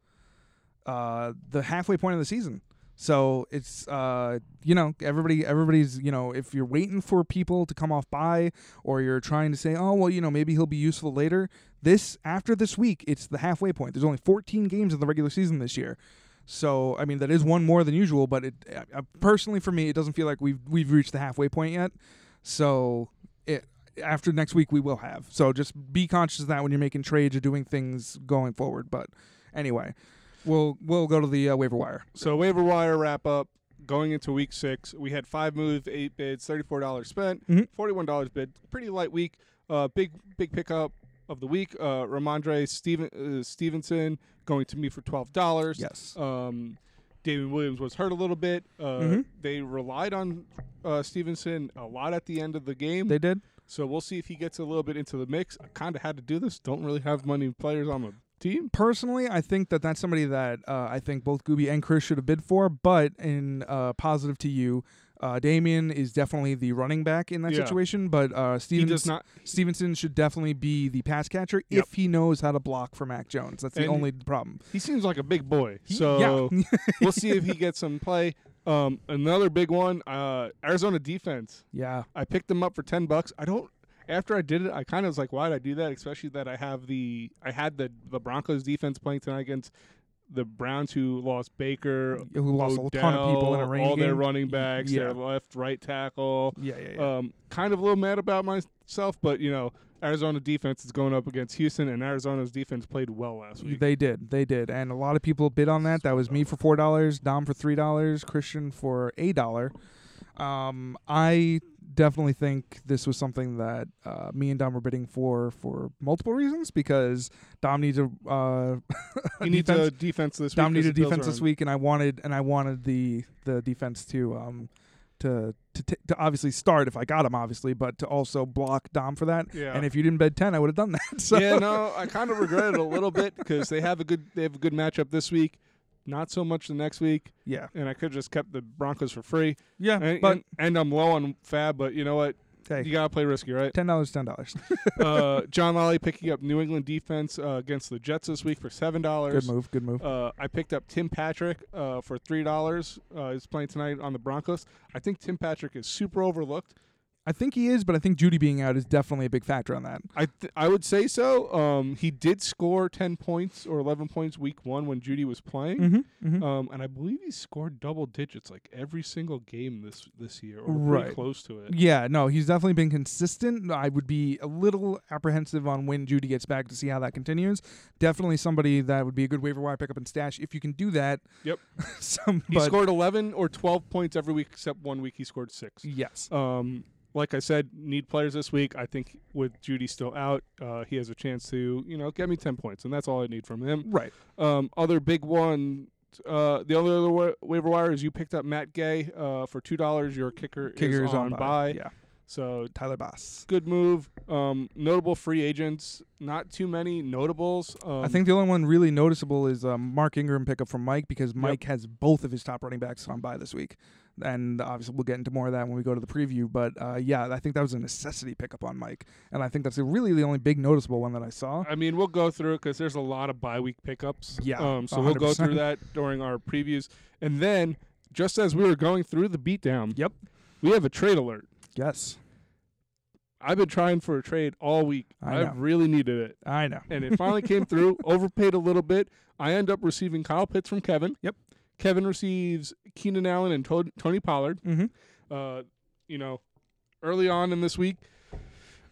uh, the halfway point of the season. So it's uh, you know everybody everybody's you know if you're waiting for people to come off by or you're trying to say oh well you know maybe he'll be useful later this after this week it's the halfway point. There's only 14 games in the regular season this year. So I mean that is one more than usual, but it I- I- personally for me it doesn't feel like we've we've reached the halfway point yet. So it after next week we will have. So just be conscious of that when you're making trades or doing things going forward. But anyway, we'll we'll go to the uh, waiver wire.
So waiver wire wrap up. Going into week six, we had five moves, eight bids, thirty-four dollars spent,
Mhm.
forty-one dollars bid. Pretty light week. Uh, big big pickup of the week. Uh, Ramondre Steven, uh, Stevenson going to me for twelve dollars.
Yes.
Um, David Williams was hurt a little bit. Uh,
Mhm.
They relied on uh, Stevenson a lot at the end of the game,
They did.
so we'll see if he gets a little bit into the mix. I kind of had to do this. Don't really have many players on the team.
Personally, I think that that's somebody that uh, I think both Gooby and Chris should have bid for. But in uh, positive to you, uh, Damien is definitely the running back in that
Yeah.
situation. But uh,
He
Stevens,
does not.
Stevenson should definitely be the pass catcher
Yep.
if he knows how to block for Mac Jones. That's the
And-
only problem.
He seems like a big boy.
He-
So
yeah.
we'll see if he gets some play. Um, another big one, uh, Arizona defense.
yeah.
I picked them up for ten bucks. I don't. After I did it, I kind of was like, "Why did I do that?" Especially that I have the I had the the Broncos defense playing tonight against the Browns, who lost Baker,
Who lost a ton of people in a
Odell,
rain
all
game.
their running backs,
Yeah.
their left, right tackle.
yeah, yeah, yeah.
Um, kind of a little mad about myself, but you know, Arizona defense is going up against Houston, and Arizona's defense played well last week.
They did. They did. And a lot of people bid on that. That was me for four dollars, Dom for three dollars, Christian for a dollar. Um, I definitely think this was something that uh, me and Dom were bidding for for multiple reasons because Dom needs a uh,
He needs
defense-
a defense this week.
Dom
'cause
needed
the Bills
defense
are
this
on-
week, and I wanted and I wanted the the defense to um to to, t- to obviously start if I got him obviously, but to also block Dom for that.
Yeah.
And if you didn't bid ten, I would have done that. So
Yeah, no, I kind of regret it a little bit because they have a good they have a good matchup this week, not so much the next week,
yeah,
and I could have just kept the Broncos for free.
yeah.
And,
but
and, and I'm low on Fab, but you know what?
hey,
You gotta play risky, right?
ten dollars, ten dollars.
uh, John Lolly picking up New England defense uh, against the Jets this week for seven
Good
dollars.
move. Good move.
Uh, I picked up Tim Patrick uh, for three dollars. Uh, he's playing tonight on the Broncos. I think Tim Patrick is super overlooked.
I think he is, but I think Judy being out is definitely a big factor on that.
I th- I would say so. Um, he did score ten points or eleven points week one when Judy was playing.
Mm-hmm.
Um, and I believe he scored double digits like every single game this this year, or
Right.
pretty close to it.
yeah, no, he's definitely been consistent. I would be a little apprehensive on when Judy gets back to see how that continues. Definitely somebody that would be a good waiver wire pickup and stash if you can do that.
Yep.
Some,
He
but
scored eleven or twelve points every week, except one week he scored six.
yes,
Um, like I said, need players this week. I think with Judy still out, uh, he has a chance to you know get me ten points, and that's all I need from him.
right.
Um, other big one. Uh, the other, other wa- waiver wire is you picked up Matt Gay uh, for two dollars. Your kicker,
Kicker
is on, by,
Yeah,
so
Tyler Bass.
good move. Um, notable free agents, not too many notables. Um,
I think the only one really noticeable is um, Mark Ingram pickup from Mike because Mike has both of his top running backs on by this week. And obviously, we'll get into more of that when we go to the preview. But uh, yeah, I think that was a necessity pickup on Mike. And I think that's really the only big noticeable one that I saw.
I mean, we'll go through it because there's a lot of bye week pickups.
Yeah,
Um, so we'll go
100%.
through that during our previews. And then, just as we were going through the beatdown,
Yep.
we have a trade alert.
Yes.
I've been trying for a trade all week.
I know.
really needed it.
I know.
And it finally came through, overpaid a little bit. I end up receiving Kyle Pitts from Kevin.
Yep.
Kevin receives Keenan Allen and Tod- Tony Pollard.
Mm-hmm.
uh, you know, early on in this week,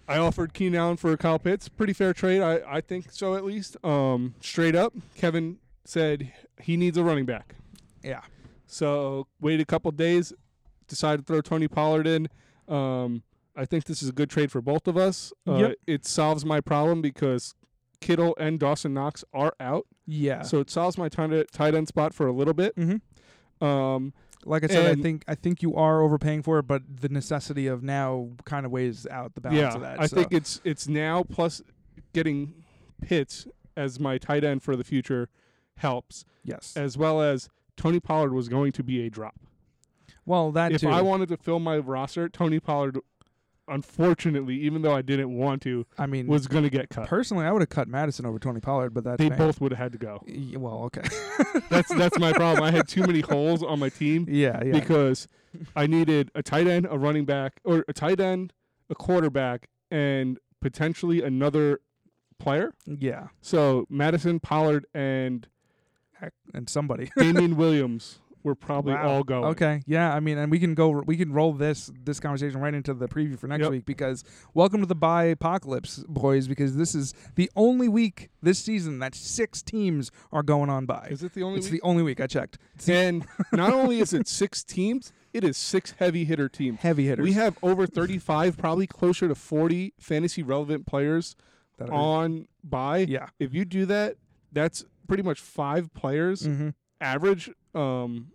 I offered Keenan Allen for Kyle Pitts. Pretty fair trade, I, I think so at least. Um, straight up, Kevin said he needs a running back.
Yeah.
So waited a couple days, decided to throw Tony Pollard in. Um, I think this is a good trade for both of us. Uh,
Yep.
It solves my problem because Kittle and Dawson Knox are out,
Yeah.
so it solves my tight tight end spot for a little bit.
mm-hmm.
Um,
Like I said, I
And-
think I think you are overpaying for it, but the necessity of now kind of weighs out the balance
yeah,
of that.
I
so.
think it's it's now plus getting Pitts as my tight end for the future helps,
yes.
as well as Tony Pollard was going to be a drop.
Well, that
if
too.
I wanted to fill my roster, Tony Pollard, unfortunately, even though I didn't want to,
I mean,
was going to get cut.
personally, I would have cut Madison over Tony Pollard, but that's
They
me.
both would have had to go.
Y- Well, okay.
That's that's my problem. I had too many holes on my team
Yeah, yeah.
because I needed a tight end, a running back, or a tight end, a quarterback, and potentially another player.
yeah.
So Madison, Pollard, and
Heck, and somebody.
Damian Williams. We're probably
Wow.
all going.
Okay, yeah, I mean, and we can go, we can roll this this conversation right into the preview for next
Yep.
week because welcome to the bye apocalypse, boys. Because this is the only week this season that six teams are going on by.
Is it the only
It's
week?
the only week I checked. It's the
and not only is it six teams, it is six heavy hitter teams.
heavy hitters.
We have over 35, probably closer to 40 fantasy relevant players
that are-
on by.
yeah.
If you do that, that's pretty much five players
hmm
average. Um,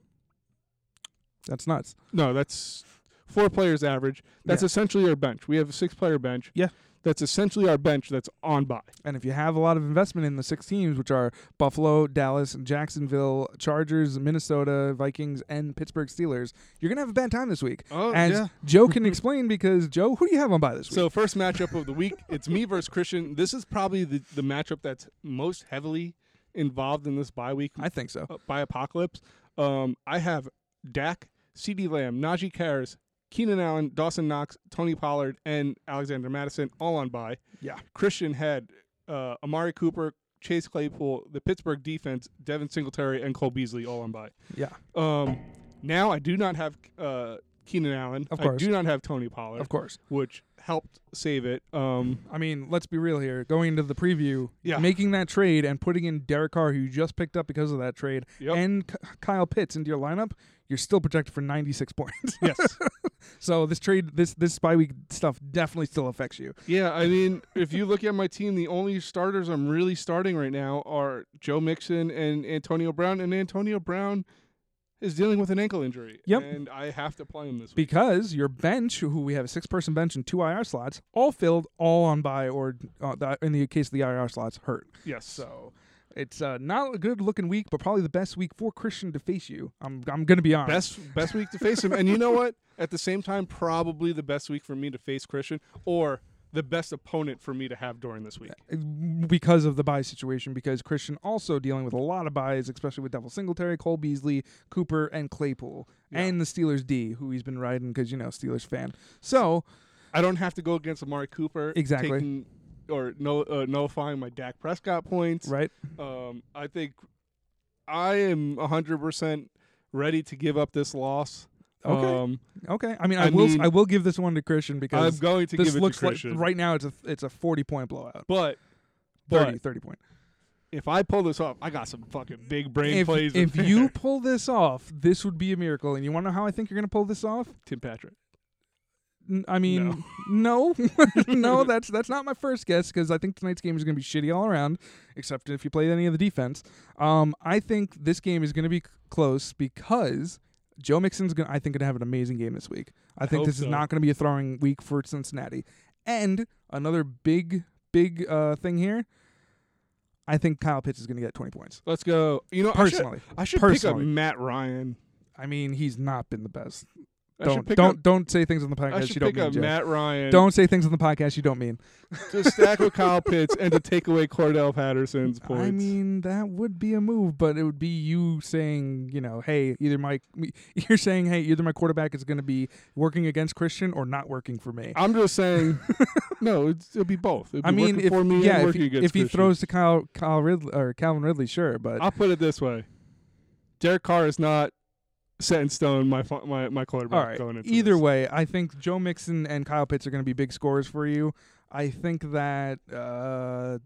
That's nuts.
no, that's four players average. That's
Yeah.
essentially our bench. We have a six player bench.
Yeah.
That's essentially our bench that's on by.
And if you have a lot of investment in the six teams, which are Buffalo, Dallas, Jacksonville, Chargers, Minnesota, Vikings, and Pittsburgh Steelers, you're gonna have a bad time this week.
Oh,
As Joe can explain, because Joe, who do you have on by this week?
So first matchup of the week, it's me versus Christian. This is probably the, the matchup that's most heavily involved in this bye week
I think so.
uh, by apocalypse. Um, I have Dak, C.D. Lamb, Najee Harris, Keenan Allen, Dawson Knox, Tony Pollard, and Alexander Madison all on bye.
Yeah.
Christian had uh, Amari Cooper, Chase Claypool, the Pittsburgh defense, Devin Singletary, and Cole Beasley all on bye.
Yeah.
Um, now I do not have uh, Keenan Allen.
Of
I
course.
do not have Tony Pollard
Of course.
which helped save it. Um,
I mean, let's be real here. Going into the preview,
Yeah.
making that trade and putting in Derek Carr, who you just picked up because of that trade,
Yep.
and K- Kyle Pitts into your lineup, you're still projected for 96 points.
yes.
so this trade, this this spy week stuff definitely still affects you.
yeah, I mean, if you look at my team, the only starters I'm really starting right now are Joe Mixon and Antonio Brown, and Antonio Brown is dealing with an ankle injury.
Yep.
And I have to play him this week.
Because your bench, who we have a six-person bench and two IR slots, all filled, all on by or uh, the, in the case of the IR slots, hurt.
yes.
So it's uh, not a good-looking week, but probably the best week for Christian to face you. I'm I'm gonna be honest.
Best best week to face him. And you know what? At the same time, probably the best week for me to face Christian or the best opponent for me to have during this week.
because of the buy situation, because Christian also dealing with a lot of buys, especially with Devil Singletary, Cole Beasley, Cooper, and Claypool,
Yeah.
and the Steelers D, who he's been riding because you know Steelers fan. So
I don't have to go against Amari Cooper.
Exactly.
Taking, or no, uh, nullifying my Dak Prescott points.
right,
Um, I think I am 100% ready to give up this loss.
Okay.
Um,
okay. I mean, I,
I
will
mean-
I will give this one to Christian
I'm
because
going to
this
give it
looks
to
like
Christian.
right now it's a it's a forty point blowout,
But, but
30, 30 point.
if I pull this off, I got some fucking big brain
If,
plays. in
if
there.
you pull this off, this would be a miracle. And you want to know how I think you're going to pull this off?
Tim Patrick.
N- I mean, no, no, that's that's not my first guess because I think tonight's game is going to be shitty all around, except if you play any of the defense. Um, I think this game is going to be c- close because Joe Mixon's going. to I think going to have an amazing game this week. I, think
hope
this
so.
is not going to be a throwing week for Cincinnati. And another big, big uh, thing here. I think Kyle Pitts is going to get 20 points.
Let's go. You know,
Personally,
I should, I should pick up
personally.
Matt Ryan.
I mean, he's not been the best.
I should
Don't
pick
don't
up,
don't say things on the
I
podcast
should
you don't
pick
mean.
up
Joe.
Matt Ryan.
Don't say things on the podcast you don't mean.
to stack with Kyle Pitts and to take away Cordell Patterson's points.
I mean, that would be a move, but it would be you saying, you know, hey, either my you're saying, hey, either my quarterback is going to be working against Christian or not working for me.
I'm just saying, no, it's, it'll be both. It'll be
I mean,
working
if
for me
yeah,
and
if,
working
he,
against
if he
Christian.
throws to Kyle, Kyle Ridley or Calvin Ridley, sure, but
I'll put it this way: Derek Carr is not set in stone. My fu- my my quarterback
all right.
going into
Either
this.
way, I think Joe Mixon and Kyle Pitts are going to be big scorers for you. I think that uh,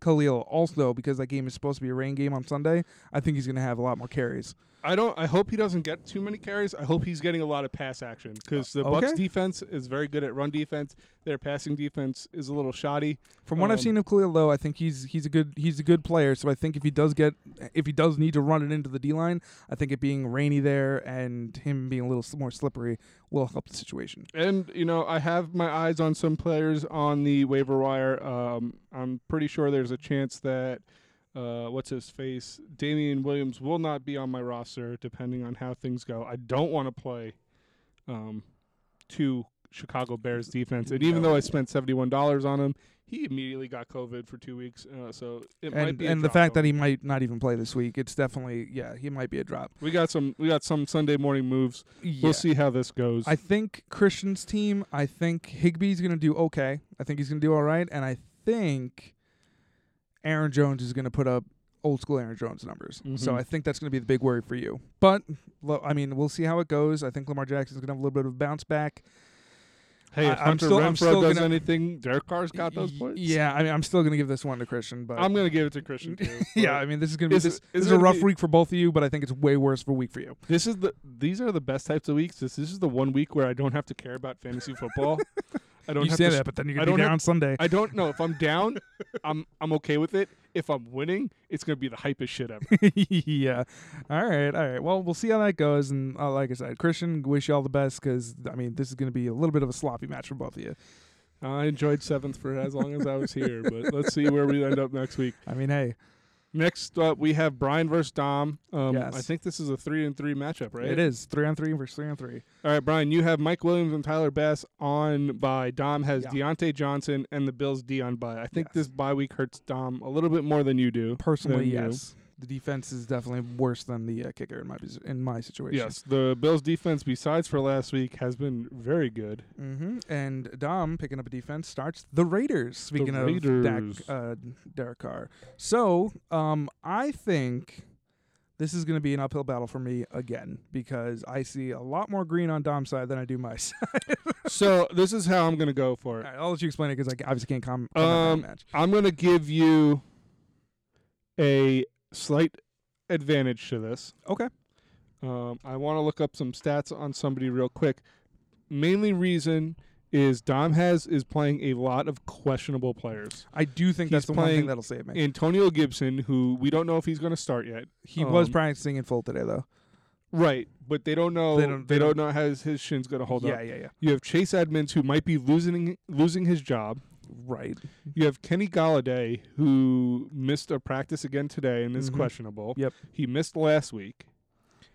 Khalil also, because that game is supposed to be a rain game on Sunday, I think he's going to have a lot more carries.
I don't. I hope he doesn't get too many carries. I hope he's getting a lot of pass action because the Bucks
Okay.
defense is very good at run defense. Their passing defense is a little shoddy.
From what
Um,
I've seen of Khalil, though, I think he's he's a good he's a good player. So I think if he does get if he does need to run it into the D line, I think it being rainy there and him being a little s- more slippery will help the situation.
And you know, I have my eyes on some players on the waiver wire. Um, I'm pretty sure there's a chance that uh, what's his face, Damian Williams, will not be on my roster, depending on how things go. I don't want to play um, two Chicago Bears defense, and even
No.
though I spent seventy-one dollars on him, he immediately got COVID for two weeks. Uh, so it might
And
be. a
and the
drop
fact
off.
that he might not even play this week, it's definitely yeah he might be a drop.
we got some, we got some Sunday morning moves.
Yeah.
We'll see how this goes.
I think Christian's team. I think Higby's going to do okay. I think he's going to do all right, and I think Aaron Jones is going to put up old school Aaron Jones numbers. So
Mhm.
I think that's going to be the big worry for you. But lo- I mean, we'll see how it goes. I think Lamar Jackson's going to have a little bit of a bounce back.
Hey,
I-
if
I'm
Hunter
still- I'm
Renfro
still
does
gonna-
anything, Derek Carr's got those
Y-
points.
Yeah, I mean, I'm still going to give this one to Christian, but
I'm gonna give it to Christian. Too,
yeah,
but-
I mean, this is going to be
Is it-
this,
is
this
it
is a
gonna
rough
be-
week for both of you, but I think it's way worse of a week for you.
This is the these are the best types of weeks. This this is the one week where I don't have to care about fantasy football. I don't
you
have
say
to.
that, but then you're
I
going to
don't
be
have-
down Sunday.
I don't know if I'm down. I'm I'm okay with it. If I'm winning, it's gonna be the hypest shit ever.
yeah. All right. All right. Well, we'll see how that goes. And uh, like I said, Christian, wish you all the best because I mean, this is going to be a little bit of a sloppy match for both of you.
I enjoyed seventh for as long as I was here, but let's see where we end up next week.
I mean, hey,
Next up, we have Brian versus Dom. Um,
Yes.
I think this is a three and three matchup, right?
it is three on three versus three on three.
All right, Brian, you have Mike Williams and Tyler Bass on by Dom has
Yeah.
Deontay Johnson and the Bills D on by. I think
Yes.
this bye week hurts Dom a little bit more than you do.
Personally,
Then you.
yes. The defense is definitely worse than the uh, kicker in my posi- in my situation.
Yes, the Bills defense, besides for last week, has been very good.
hmm And Dom picking up a defense starts the Raiders. Speaking
Raiders.
of Dak, uh, Derek Carr, so um, I think this is going to be an uphill battle for me again because I see a lot more green on Dom's side than I do my side.
so this is how I'm going to go for
All
it.
right, I'll let you explain it because I obviously can't com- comment on
Um,
the match.
I'm going to give you a slight advantage to this.
Okay.
Um, I want to look up some stats on somebody real quick. Mainly reason is Dom has is playing a lot of questionable players.
I do think
he's
that's the one thing
playing
that'll save me.
Antonio Gibson, who we don't know if he's going to start yet.
He was
um,
practicing in full today though.
Right, but they don't know. They don't,
they
don't, know how his, his shin's going to hold
yeah,
up.
yeah, yeah.
You have Chase Edmonds, who might be losing losing his job.
Right.
You have Kenny Galladay, who missed a practice again today and is
Mhm.
questionable.
Yep.
He missed last week.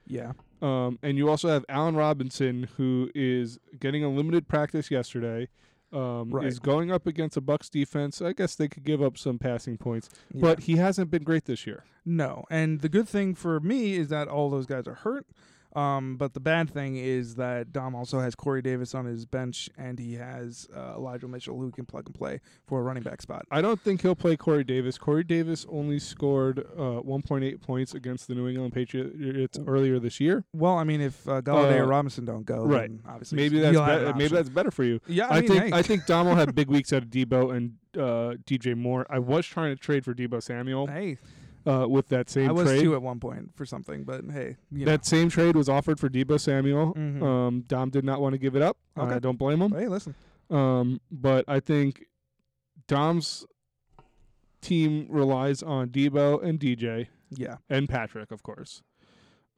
Yeah.
Um, and you also have Allen Robinson, who is getting a limited practice yesterday. Um,
Right.
Is going up against a Bucks defense. I guess they could give up some passing points,
yeah.
but he hasn't been great this year.
No. And the good thing for me is that all those guys are hurt. Um, but the bad thing is that Dom also has Corey Davis on his bench, and he has uh, Elijah Mitchell, who can plug and play for a running back spot.
I don't think he'll play Corey Davis. Corey Davis only scored uh, 1.8 points against the New England Patriots
Oh.
earlier this year.
Well, I mean, if uh, Galladay
Uh,
or Robinson don't go,
right.
then obviously
Maybe that's
he'll have
be-
an
maybe
option.
that's better for you.
yeah. I,
I,
mean,
think
hey.
I think Dom will have big weeks out of Debo and uh, DJ Moore. I was trying to trade for Debo Samuel
hey,
uh, with that same
I was
trade.
too at one point for something, but hey, you know.
That same trade was offered for Debo Samuel.
Mhm.
Um, Dom did not want to give it up.
Okay.
I don't blame him.
hey, listen,
Um, but I think Dom's team relies on Debo and DJ
yeah.
and Patrick, of course.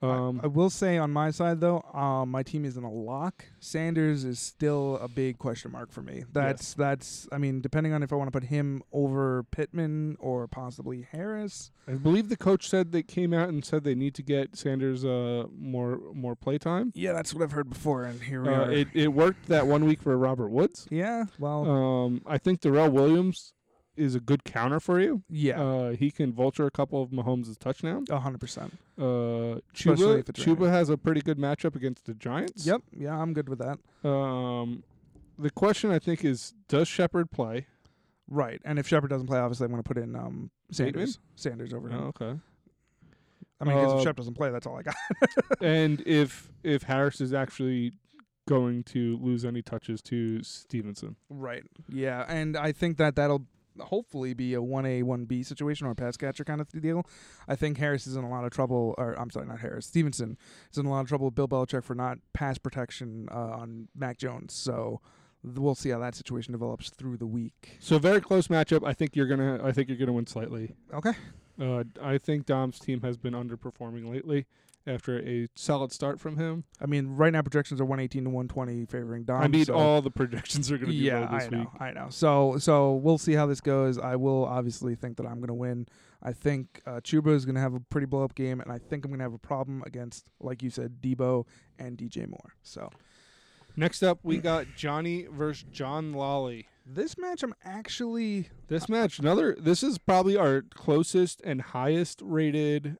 Um,
I, I will say on my side though, um, my team isn't a lock. Sanders is still a big question mark for me. That's that's. I mean, depending on if I want to put him over Pittman or possibly Harris.
I, believe the coach said they came out and said they need to get Sanders uh, more more playtime.
Yeah, that's what I've heard before, and here we
Uh,
are.
it, it worked that one week for Robert Woods.
yeah, well,
Um, I think Darrell Williams is a good counter for you.
yeah,
Uh, he can vulture a couple of Mahomes' touchdowns.
a hundred percent.
Uh,
Especially
Chuba,
if it's
Chuba
raining.
has a pretty good matchup against the Giants.
Yep, yeah, I'm good with that.
Um, the question I think is, does Shepard play?
Right, and if Shepard doesn't play, obviously I'm going to put in um,
Bateman?
Sanders. Sanders over him.
Oh, okay.
I mean, 'cause
Uh,
if Shepard doesn't play, that's all I got.
and if if Harris is actually going to lose any touches to Stevenson,
Right. Yeah, and I think that that'll hopefully be a one A one B situation or a pass catcher kind of deal. I think Harris is in a lot of trouble, or I'm sorry, not Harris Stevenson is in a lot of trouble with Bill Belichick for not pass protection uh, on Mac Jones. So th- we'll see how that situation develops through the week.
so very close matchup. I think you're gonna I think you're gonna win slightly.
Okay.
Uh, I think Dom's team has been underperforming lately after a solid start from him.
I mean, right now projections are 118 to 120 favoring Dom.
I mean,
so-
all the predictions are going to be
yeah,
low this
I
week.
know, I know. So, so we'll see how this goes. I will obviously think that I'm going to win. I think uh, Chuba is going to have a pretty blow up game, and I think I'm going to have a problem against, like you said, Debo and DJ Moore. So
Next up, we got Johnny versus John Lolly.
this match, I'm actually
This match, another. This is probably our closest and highest rated,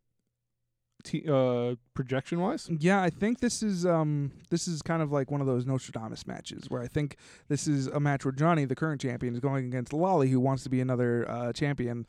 t- uh, projection wise.
Yeah, I think this is um this is kind of like one of those Nostradamus matches where I think this is a match where Johnny, the current champion, is going against Lolly, who wants to be another uh, champion.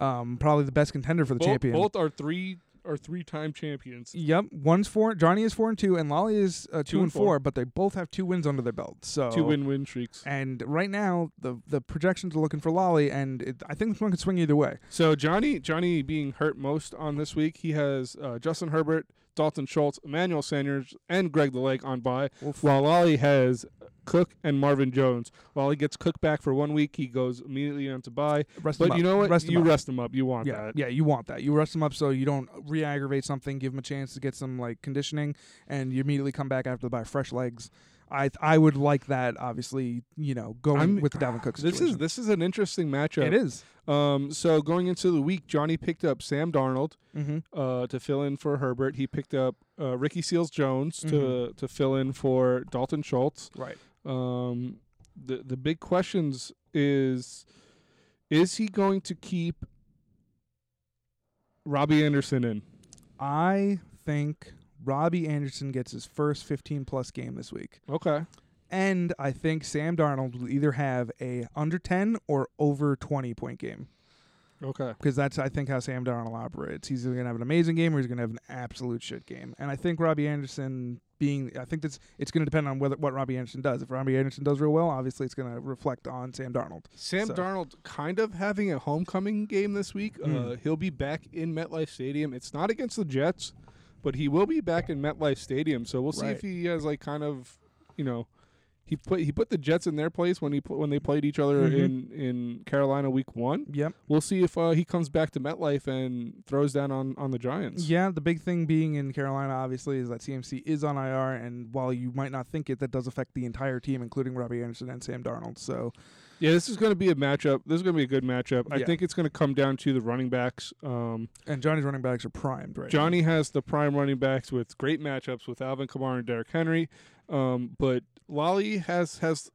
Um, probably the best contender for the
both,
champion.
both are three are three time champions.
Yep, one's four. Johnny is four and two, and Lolly is uh, two,
Two
and,
and
four.
four.
But they both have two wins under their belt. So
Two win win streaks.
And right now, the the projections are looking for Lolly, and it, I think this one could swing either way.
So Johnny Johnny being hurt most on this week, he has uh, Justin Herbert, Dalton Schultz, Emmanuel Sanders, and Greg the Lake on bye.
Oof.
While Lolly has Cook and Marvin Jones. Lolly gets Cook back for one week, he goes immediately on to bye.
Rest them
But
up.
you know what?
Rest them
you
up.
rest them up. You want
yeah,
that.
yeah, you want that. You rest them up so you don't re-aggravate something. Give them a chance to get some like conditioning, and you immediately come back after the buy fresh legs. I I would like that. Obviously, you know, going
I'm-
with the Dalvin Cook
This
situation.
is this is an interesting matchup.
it is.
Um, so going into the week, Johnny picked up Sam Darnold
Mm-hmm.
uh, to fill in for Herbert. He picked up uh, Ricky Seals Jones
Mm-hmm.
to to fill in for Dalton Schultz.
Right.
Um, the the big questions is is he going to keep Robbie Anderson in?
I think Robbie Anderson gets his first 15 plus game this week,
Okay,
and I think Sam Darnold will either have a under 10 or over 20 point game.
okay.
because that's I think how Sam Darnold operates. He's either gonna have an amazing game or he's gonna have an absolute shit game. And I think Robbie Anderson being I think that's it's gonna depend on whether what Robbie Anderson does. If Robbie Anderson does real well, obviously it's gonna reflect on Sam Darnold.
Sam
So-
Darnold kind of having a homecoming game this week. Uh,
Mm.
he'll be back in MetLife Stadium. It's not against the Jets, but he will be back in MetLife Stadium. So we'll see if
Right.
he has like kind of, you know, he put he put the Jets in their place when he pl- when they played each other
Mhm.
in in Carolina Week One.
Yep.
We'll see if uh, he comes back to MetLife and throws down on on the Giants.
Yeah, the big thing being in Carolina obviously is that CMC is on IR and while you might not think it, that does affect the entire team, including Robbie Anderson and Sam Darnold. So
Yeah, this is going to be a matchup. This is going to be a good matchup. I
Yeah.
think it's going to come down to the running backs. Um,
and Johnny's running backs are primed right. now.
Johnny has the prime running backs with great matchups with Alvin Kamara and Derrick Henry, um, but Lolly has has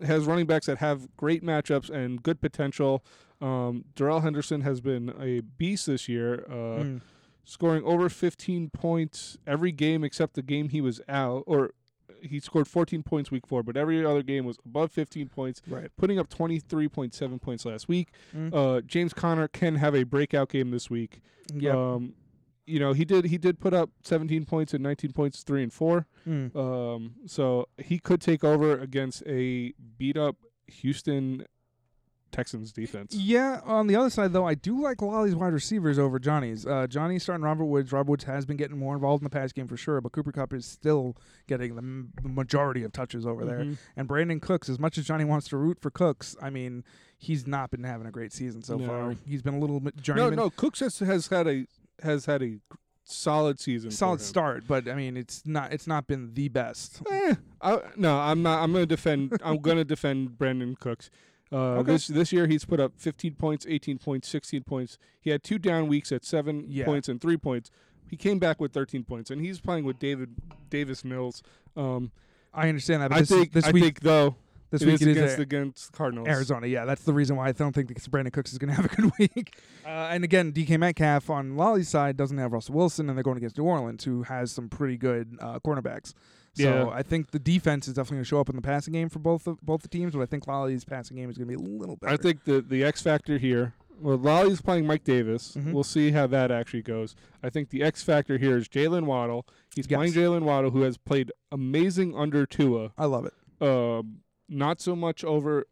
has running backs that have great matchups and good potential. Um, Darrell Henderson has been a beast this year, uh,
Mm.
scoring over 15 points every game except the game he was out, or he scored 14 points week four, but every other game was above 15 points.
Right.
Putting up 23.7 points last week.
Mm.
Uh, James Conner can have a breakout game this week.
yeah.
Um, you know, he did he did put up 17 points and 19 points, three and four.
Mm.
Um, so he could take over against a beat up Houston Texans defense.
Yeah, on the other side though, I do like Lolly's wide receivers over Johnny's. Uh, Johnny's starting Robert Woods. Robert Woods has been getting more involved in the pass game for sure, but Cooper Cup is still getting the m- the majority of touches over there.
Mhm.
And Brandon Cooks, as much as Johnny wants to root for Cooks, I mean, he's not been having a great season so
No.
far. He's been a little bit
No,
journeyman,
no, Cooks has, has had a has had a solid season. for
solid
him.
start, but I mean, it's not it's not been the best.
Eh, I, no, I'm not. I'm going to defend. I'm going to defend Brandon Cooks. Uh,
Okay.
This this year he's put up 15 points, 18 points, 16 points. He had two down weeks at seven
Yeah.
points and three points. He came back with 13 points, and he's playing with David Davis Mills. Um,
I understand that, but
I
this,
think
this
I
week
think though
this
it
week
is
it is
against
a-
against the Cardinals.
Arizona, yeah, that's the reason why I don't think that Brandon Cooks is going to have a good week. Uh, and again, DK Metcalf on Lolly's side doesn't have Russell Wilson, and they're going against New Orleans, who has some pretty good uh, cornerbacks. So
Yeah.
I think the defense is definitely going to show up in the passing game for both of, both the teams, but I think Lolly's passing game is going to be a little better.
I think the the X factor here. Well, Lolly's playing Mike Davis.
Mhm.
We'll see how that actually goes. I think the X factor here is Jalen Waddle. He's
Yes.
playing Jalen Waddle, who has played amazing under Tua.
I love it.
um, not so much over.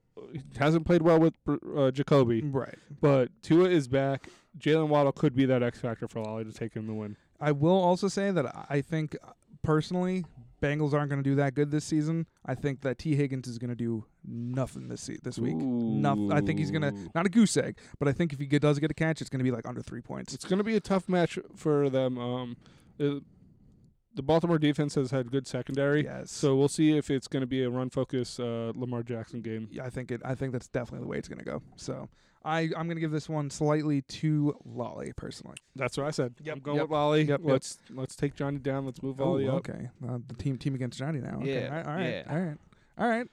Hasn't played well with uh, Jacoby,
Right.
but Tua is back. Jalen Waddle could be that X factor for Lolly to take him the win.
I will also say that I think uh, personally, Bengals aren't going to do that good this season. I think that T Higgins is going to do nothing this se- this week. Nothing. I think he's going to
Ooh.
not a goose egg, but I think if he get- does get a catch, it's going to be like under three points.
It's going to be a tough match for them. Um, the, the Baltimore defense has had good secondary,
Yes.
so we'll see if it's going to be a run focus uh, Lamar Jackson game.
Yeah, I think it. I think that's definitely the way it's going to go. So I I'm going to give this one slightly to Lolly personally.
That's what I said.
Yep,
I'm going
yep,
with Lolly.
yep, yep.
let's let's take Johnny down. Let's move Lolly
Ooh,
up.
okay, uh, the team team against Johnny now. Okay.
Yeah,
all right,
yeah.
all right, all right.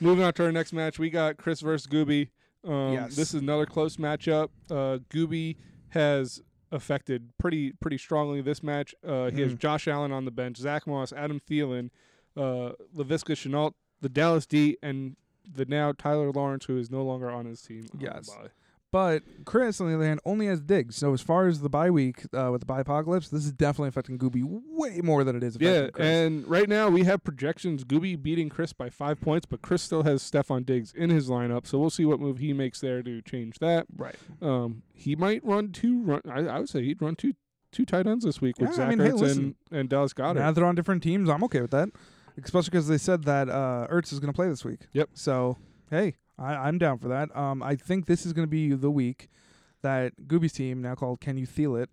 Moving on to our next match, we got Chris versus Gooby. Um,
Yes.
This is another close matchup. Uh, Gooby has affected pretty pretty strongly this match. Uh, he has
Mm.
Josh Allen on the bench, Zach Moss, Adam Thielen, uh, Lavisca Chenault, the Dallas D, and the now Tyler Lawrence, who is no longer on his team. on the
Yes.
bye.
But Chris, on the other hand, only has digs. So as far as the bye week uh, with the apocalypse, this is definitely affecting Gooby way more than it is affecting
Yeah,
Chris.
and right now we have projections Gooby beating Chris by five points, but Chris still has Stefan Diggs in his lineup, so we'll see what move he makes there to change that.
right.
Um, he might run two run. I, I would say he'd run two two tight ends this week with
Yeah, I
Zach
mean, hey,
Ertz and,
listen.
and Dallas Goddard.
Now that they're on different teams, I'm okay with that. Especially because they said that uh, Ertz is going to play this week.
Yep.
So hey, I, I'm down for that. Um, I think this is going to be the week that Gooby's team, now called Can You Feel It,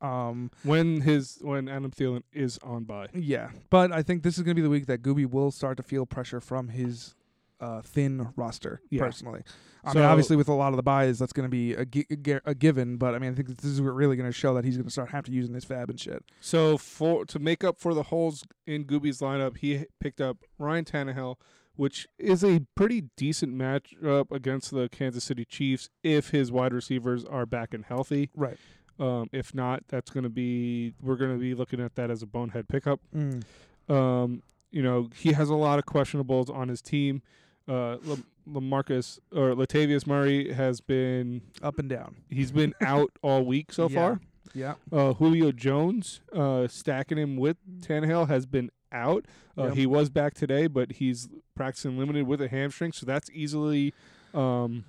um,
when his when Adam Thielen is on by.
Yeah, but I think this is going to be the week that Gooby will start to feel pressure from his uh, thin roster.
Yeah.
Personally, I
So-
mean, obviously with a lot of the buys, that's going to be a, gi- a gi- a given. But I mean, I think this is really going to show that he's going to start have to using this fab and shit.
So for to make up for the holes in Gooby's lineup, he picked up Ryan Tannehill, which is a pretty decent matchup against the Kansas City Chiefs if his wide receivers are back and healthy.
Right.
Um, if not, that's going to be we're going to be looking at that as a bonehead pickup.
Mm,
Um, you know, he has a lot of questionables on his team. Uh, La- Lamarcus or Latavius Murray has been
Up and down.
he's been out all week so
Yeah.
far.
Yeah.
Uh, Julio Jones, uh, stacking him with Tannehill, has been out. Uh,
Yep.
He was back today, but he's practicing limited with a hamstring, so that's easily, um,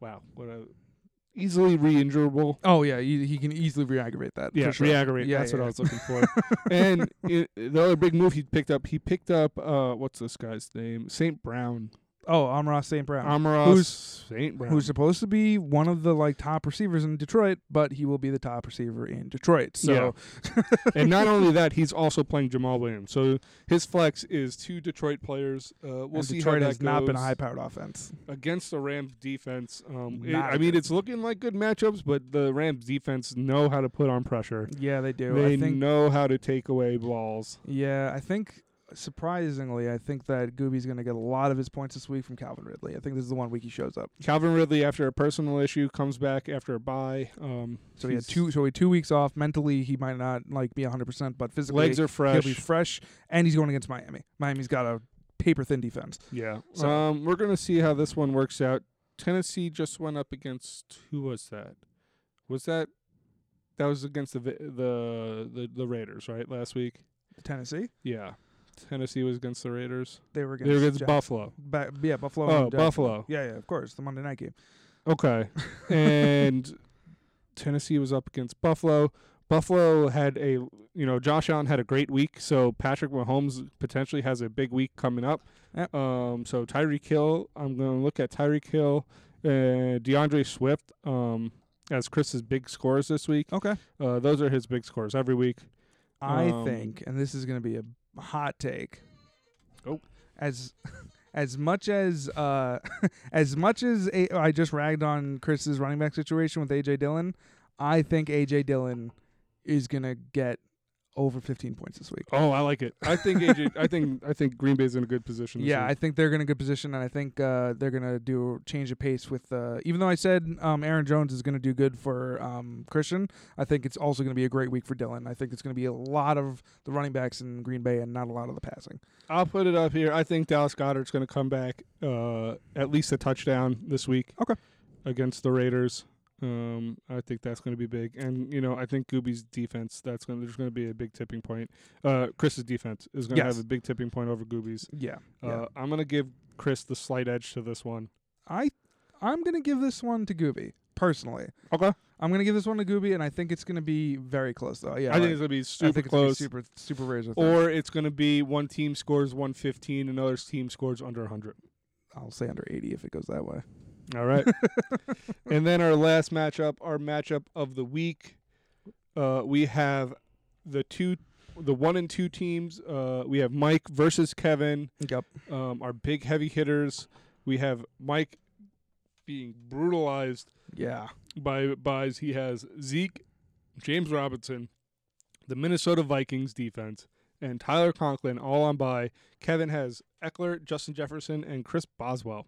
wow, what a easily re-injurable.
Oh yeah, he, he can easily re-aggravate that.
Yeah,
for sure.
re-aggravate.
Yeah,
that's
yeah,
what I
yeah.
was looking for. and i the other big move he picked up, he picked up uh, what's this guy's name? Saint Brown,
Oh, Amara St. Brown,
Amaros Saint Brown.
who's supposed to be one of the like top receivers in Detroit, but he will be the top receiver in Detroit. So
Yeah. and not only that, he's also playing Jamal Williams. So his flex is two Detroit players. Uh, we'll
and
see
Detroit
how that
has not been a
goes
high-powered offense.
against the Rams defense. Um, it-
Not
I mean,
good.
it's looking like good matchups, but the Rams defense know how to put on pressure.
Yeah, they do.
They
I think
know how to take away balls.
Yeah, I think surprisingly, I think that Gooby's going to get a lot of his points this week from Calvin Ridley. I think this is the one week he shows up.
Calvin Ridley, after a personal issue, comes back after a bye. Um,
So he had
he's-
two. So he had two weeks off. Mentally, he might not like be 100, percent but physically,
Legs are fresh.
he'll be fresh, and he's going against Miami. Miami's got a paper thin defense.
Yeah.
So-
Um, we're gonna see how this one works out. Tennessee just went up against who was that? Was that that was against the Vi- the the, the Raiders right last week?
Tennessee,
Yeah. Tennessee was against the Raiders.
they were against.
they were against
Jack-
Buffalo.
Ba- yeah, Buffalo.
oh,
and, uh,
Buffalo.
Yeah, yeah, of course, the Monday night game.
Okay. and Tennessee was up against Buffalo. Buffalo had a you know Josh Allen had a great week, so Patrick Mahomes potentially has a big week coming up.
Yep.
Um, so Tyreek Hill, I'm going to look at Tyreek Hill, uh, DeAndre Swift um, as Chris's big scores this week.
Okay,
Uh, those are his big scores every week.
I
Um,
think, and this is going to be a hot take.
Oh.
as as much as uh, as much as a- I just ragged on Chris's running back situation with AJ Dillon, I think AJ Dillon is going to get over 15 points this week.
Oh, I like it. I think AJ. I think I think Green Bay's in a good position. This
Yeah, I
week.
think they're in a good position, and I think uh, they're going to do change of pace with. Uh, even though I said um, Aaron Jones is going to do good for um, Christian, I think it's also going to be a great week for Dillon. I think it's going to be a lot of the running backs in Green Bay and not a lot of the passing.
I'll put it up here. I think Dallas Goddard's going to come back uh, at least a touchdown this week.
Okay.
Against the Raiders. Um, I think that's going to be big, and you know I think Gooby's defense. That's going to there's going to be a big tipping point. Uh, Chris's defense is going to
Yes.
have a big tipping point over Gooby's.
Yeah,
Uh,
yeah.
I'm going to give Chris the slight edge to this one.
I I'm gonna give this one to Gooby personally.
Okay.
I'm gonna give this one to Gooby, and I think it's gonna be very close though. Yeah,
I think
like,
it's going to be
I
super
think it's gonna be
close,
super super razor. thin.
or it's going to be one team scores 115, another team scores under 100.
I'll say under 80 if it goes that way.
All right. and then our last matchup, our matchup of the week, uh, we have the two, the one and two teams. Uh, we have Mike versus Kevin,
Yep.
um, our big heavy hitters. We have Mike being brutalized
Yeah.
by buys. He has Zeke, James Robinson, the Minnesota Vikings defense, and Tyler Conklin all on by. Kevin has Eckler, Justin Jefferson, and Chris Boswell.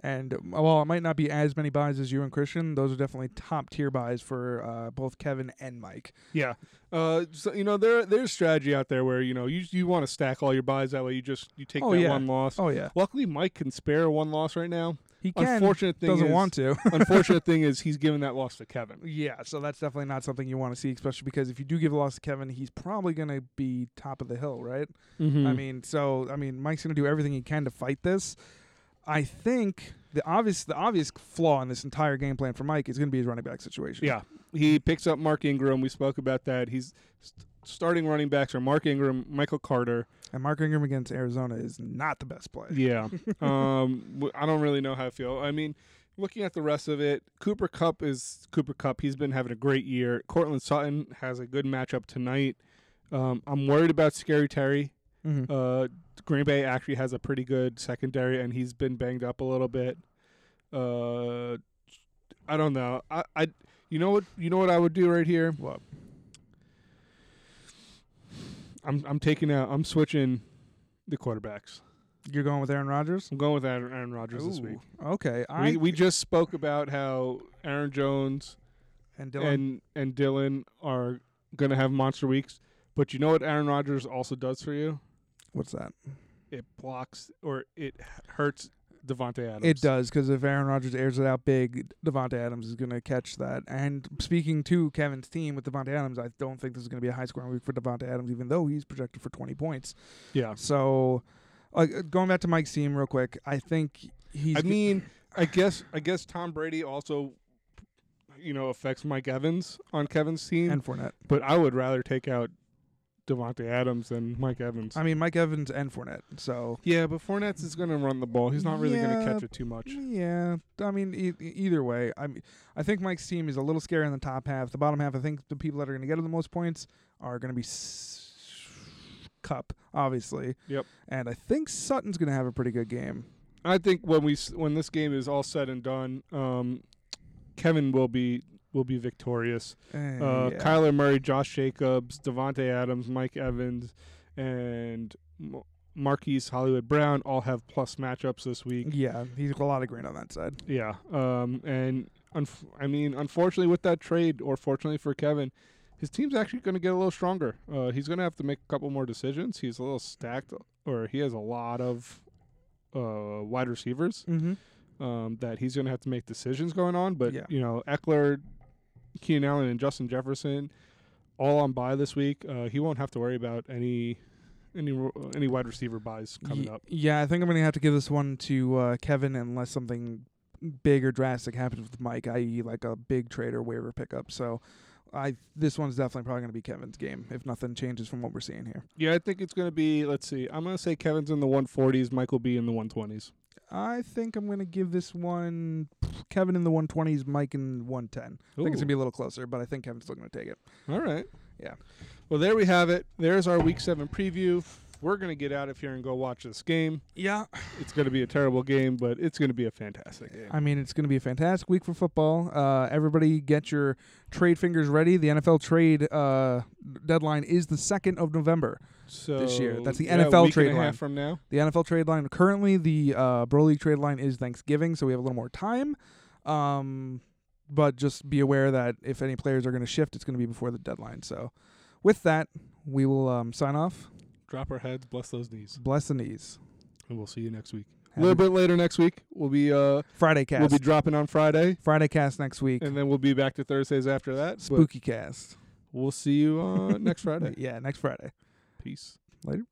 And um, while it might not be as many buys as you and Christian, those are definitely top tier buys for uh, both Kevin and Mike.
Yeah. Uh, so, you know, there there's strategy out there where you know you you want to stack all your buys that way. You just you take
Oh,
that
yeah.
one loss.
Oh yeah,
Luckily, Mike can spare one loss right now.
He can.
unfortunate thing
doesn't
is,
want to.
unfortunate thing is he's giving that loss to Kevin.
yeah, so that's definitely not something you want to see, especially because if you do give a loss to Kevin, he's probably going to be top of the hill, right?
Hmm.
I mean, so I mean, Mike's going to do everything he can to fight this. I think the obvious the obvious flaw in this entire game plan for Mike is going to be his running back situation.
yeah, he picks up Mark Ingram. We spoke about that. He's st- starting running backs are Mark Ingram, Michael Carter.
and Mark Ingram against Arizona is not the best play.
Yeah, um, w- I don't really know how I feel. I mean. Looking at the rest of it, Cooper Cup is Cooper Cup. He's been having a great year. Cortland Sutton has a good matchup tonight. Um, I'm worried about Scary Terry.
Mhm.
Uh, Green Bay actually has a pretty good secondary, and he's been banged up a little bit. Uh, I don't know. I, I, you know what, you know what I would do right here.
What?
I'm, I'm taking out. I'm switching the quarterbacks.
You're going with Aaron Rodgers
I'm going with Aaron, Aaron Rodgers this
Ooh,
week.
Okay, I
We, we just spoke about how Aaron Jones
and Dylan.
and and Dylan are gonna have monster weeks, but you know what Aaron Rodgers also does for you?
what's that?
It blocks or it hurts Devonte Adams.
It does because if Aaron Rodgers airs it out big, Devonte Adams is going to catch that. And speaking to Kevin's team with Devonte Adams, I don't think this is going to be a high scoring week for Devonte Adams, even though he's projected for 20 points.
Yeah.
So, like uh, going back to Mike's team real quick, I think he's.
I mean, I guess I guess Tom Brady also, you know, affects Mike Evans on Kevin's team.
and Fournette.
but I would rather take out Devonte Adams than Mike Evans.
I mean, Mike Evans and Fournette. So
yeah, but Fournette's is going to run the ball. He's not really going to
Yeah.
catch it too much.
yeah, I mean, e- e- either way, I mean, I think Mike's team is a little scary in the top half. The bottom half, I think the people that are going to get the most points are going to be s- Cup, obviously.
Yep.
And I think Sutton's going to have a pretty good game.
I think when we s- when this game is all said and done, um, Kevin will be will be victorious.
Eh,
Uh,
yeah.
Kyler Murray, Josh Jacobs, Devonte Adams, Mike Evans, and M- Marquise Hollywood Brown all have plus matchups this week.
yeah, he's got a lot of green on that side.
Yeah. Um, and unf- I mean, unfortunately, with that trade, or fortunately for Kevin, his team's actually going to get a little stronger. Uh, he's going to have to make a couple more decisions. He's a little stacked, or he has a lot of uh, wide receivers
Mm-hmm.
um, that he's going to have to make decisions going on. But
Yeah.
you know, Eckler, Keenan Allen, and Justin Jefferson, all on bye this week. Uh, he won't have to worry about any any ro- any wide receiver buys coming
Ye-
up.
Yeah, I think I'm going to have to give this one to uh, Kevin unless something big or drastic happens with Mike, i.e., like a big trade or waiver pickup. So, I this one's definitely probably going to be Kevin's game if nothing changes from what we're seeing here.
Yeah, I think it's going to be. Let's see. I'm going to say Kevin's in the 140s. Michael B in the 120s.
I think I'm going to give this one Kevin in the 120s, Mike in 110. I think it's going to be a little closer, but I think Kevin's still going to take it.
All right.
Yeah.
Well, there we have it. There's our week seven preview. We're going to get out of here and go watch this game.
Yeah.
It's going to be a terrible game, but it's going to be a fantastic game.
I mean, it's going to be a fantastic week for football. Uh, everybody, get your trade fingers ready. The NFL trade uh, deadline is the second of November.
So
this year. That's the
yeah,
NFL
week
trade
and a
line.
half from now.
The NFL trade line currently the uh, Bro League trade line is Thanksgiving, so we have a little more time. Um, but just be aware that if any players are going to shift, it's going to be before the deadline. So, with that, we will um, sign off.
Drop our heads, bless those knees,
Bless the knees.
and we'll see you next week. A
Have
little
a-
bit later next week, we'll be uh,
Friday
we'll
cast.
be dropping on Friday,
Friday cast next week.
and then we'll be back to Thursdays after that. But
Spooky cast.
we'll see you uh, next Friday.
Yeah, next Friday.
Peace.
Later.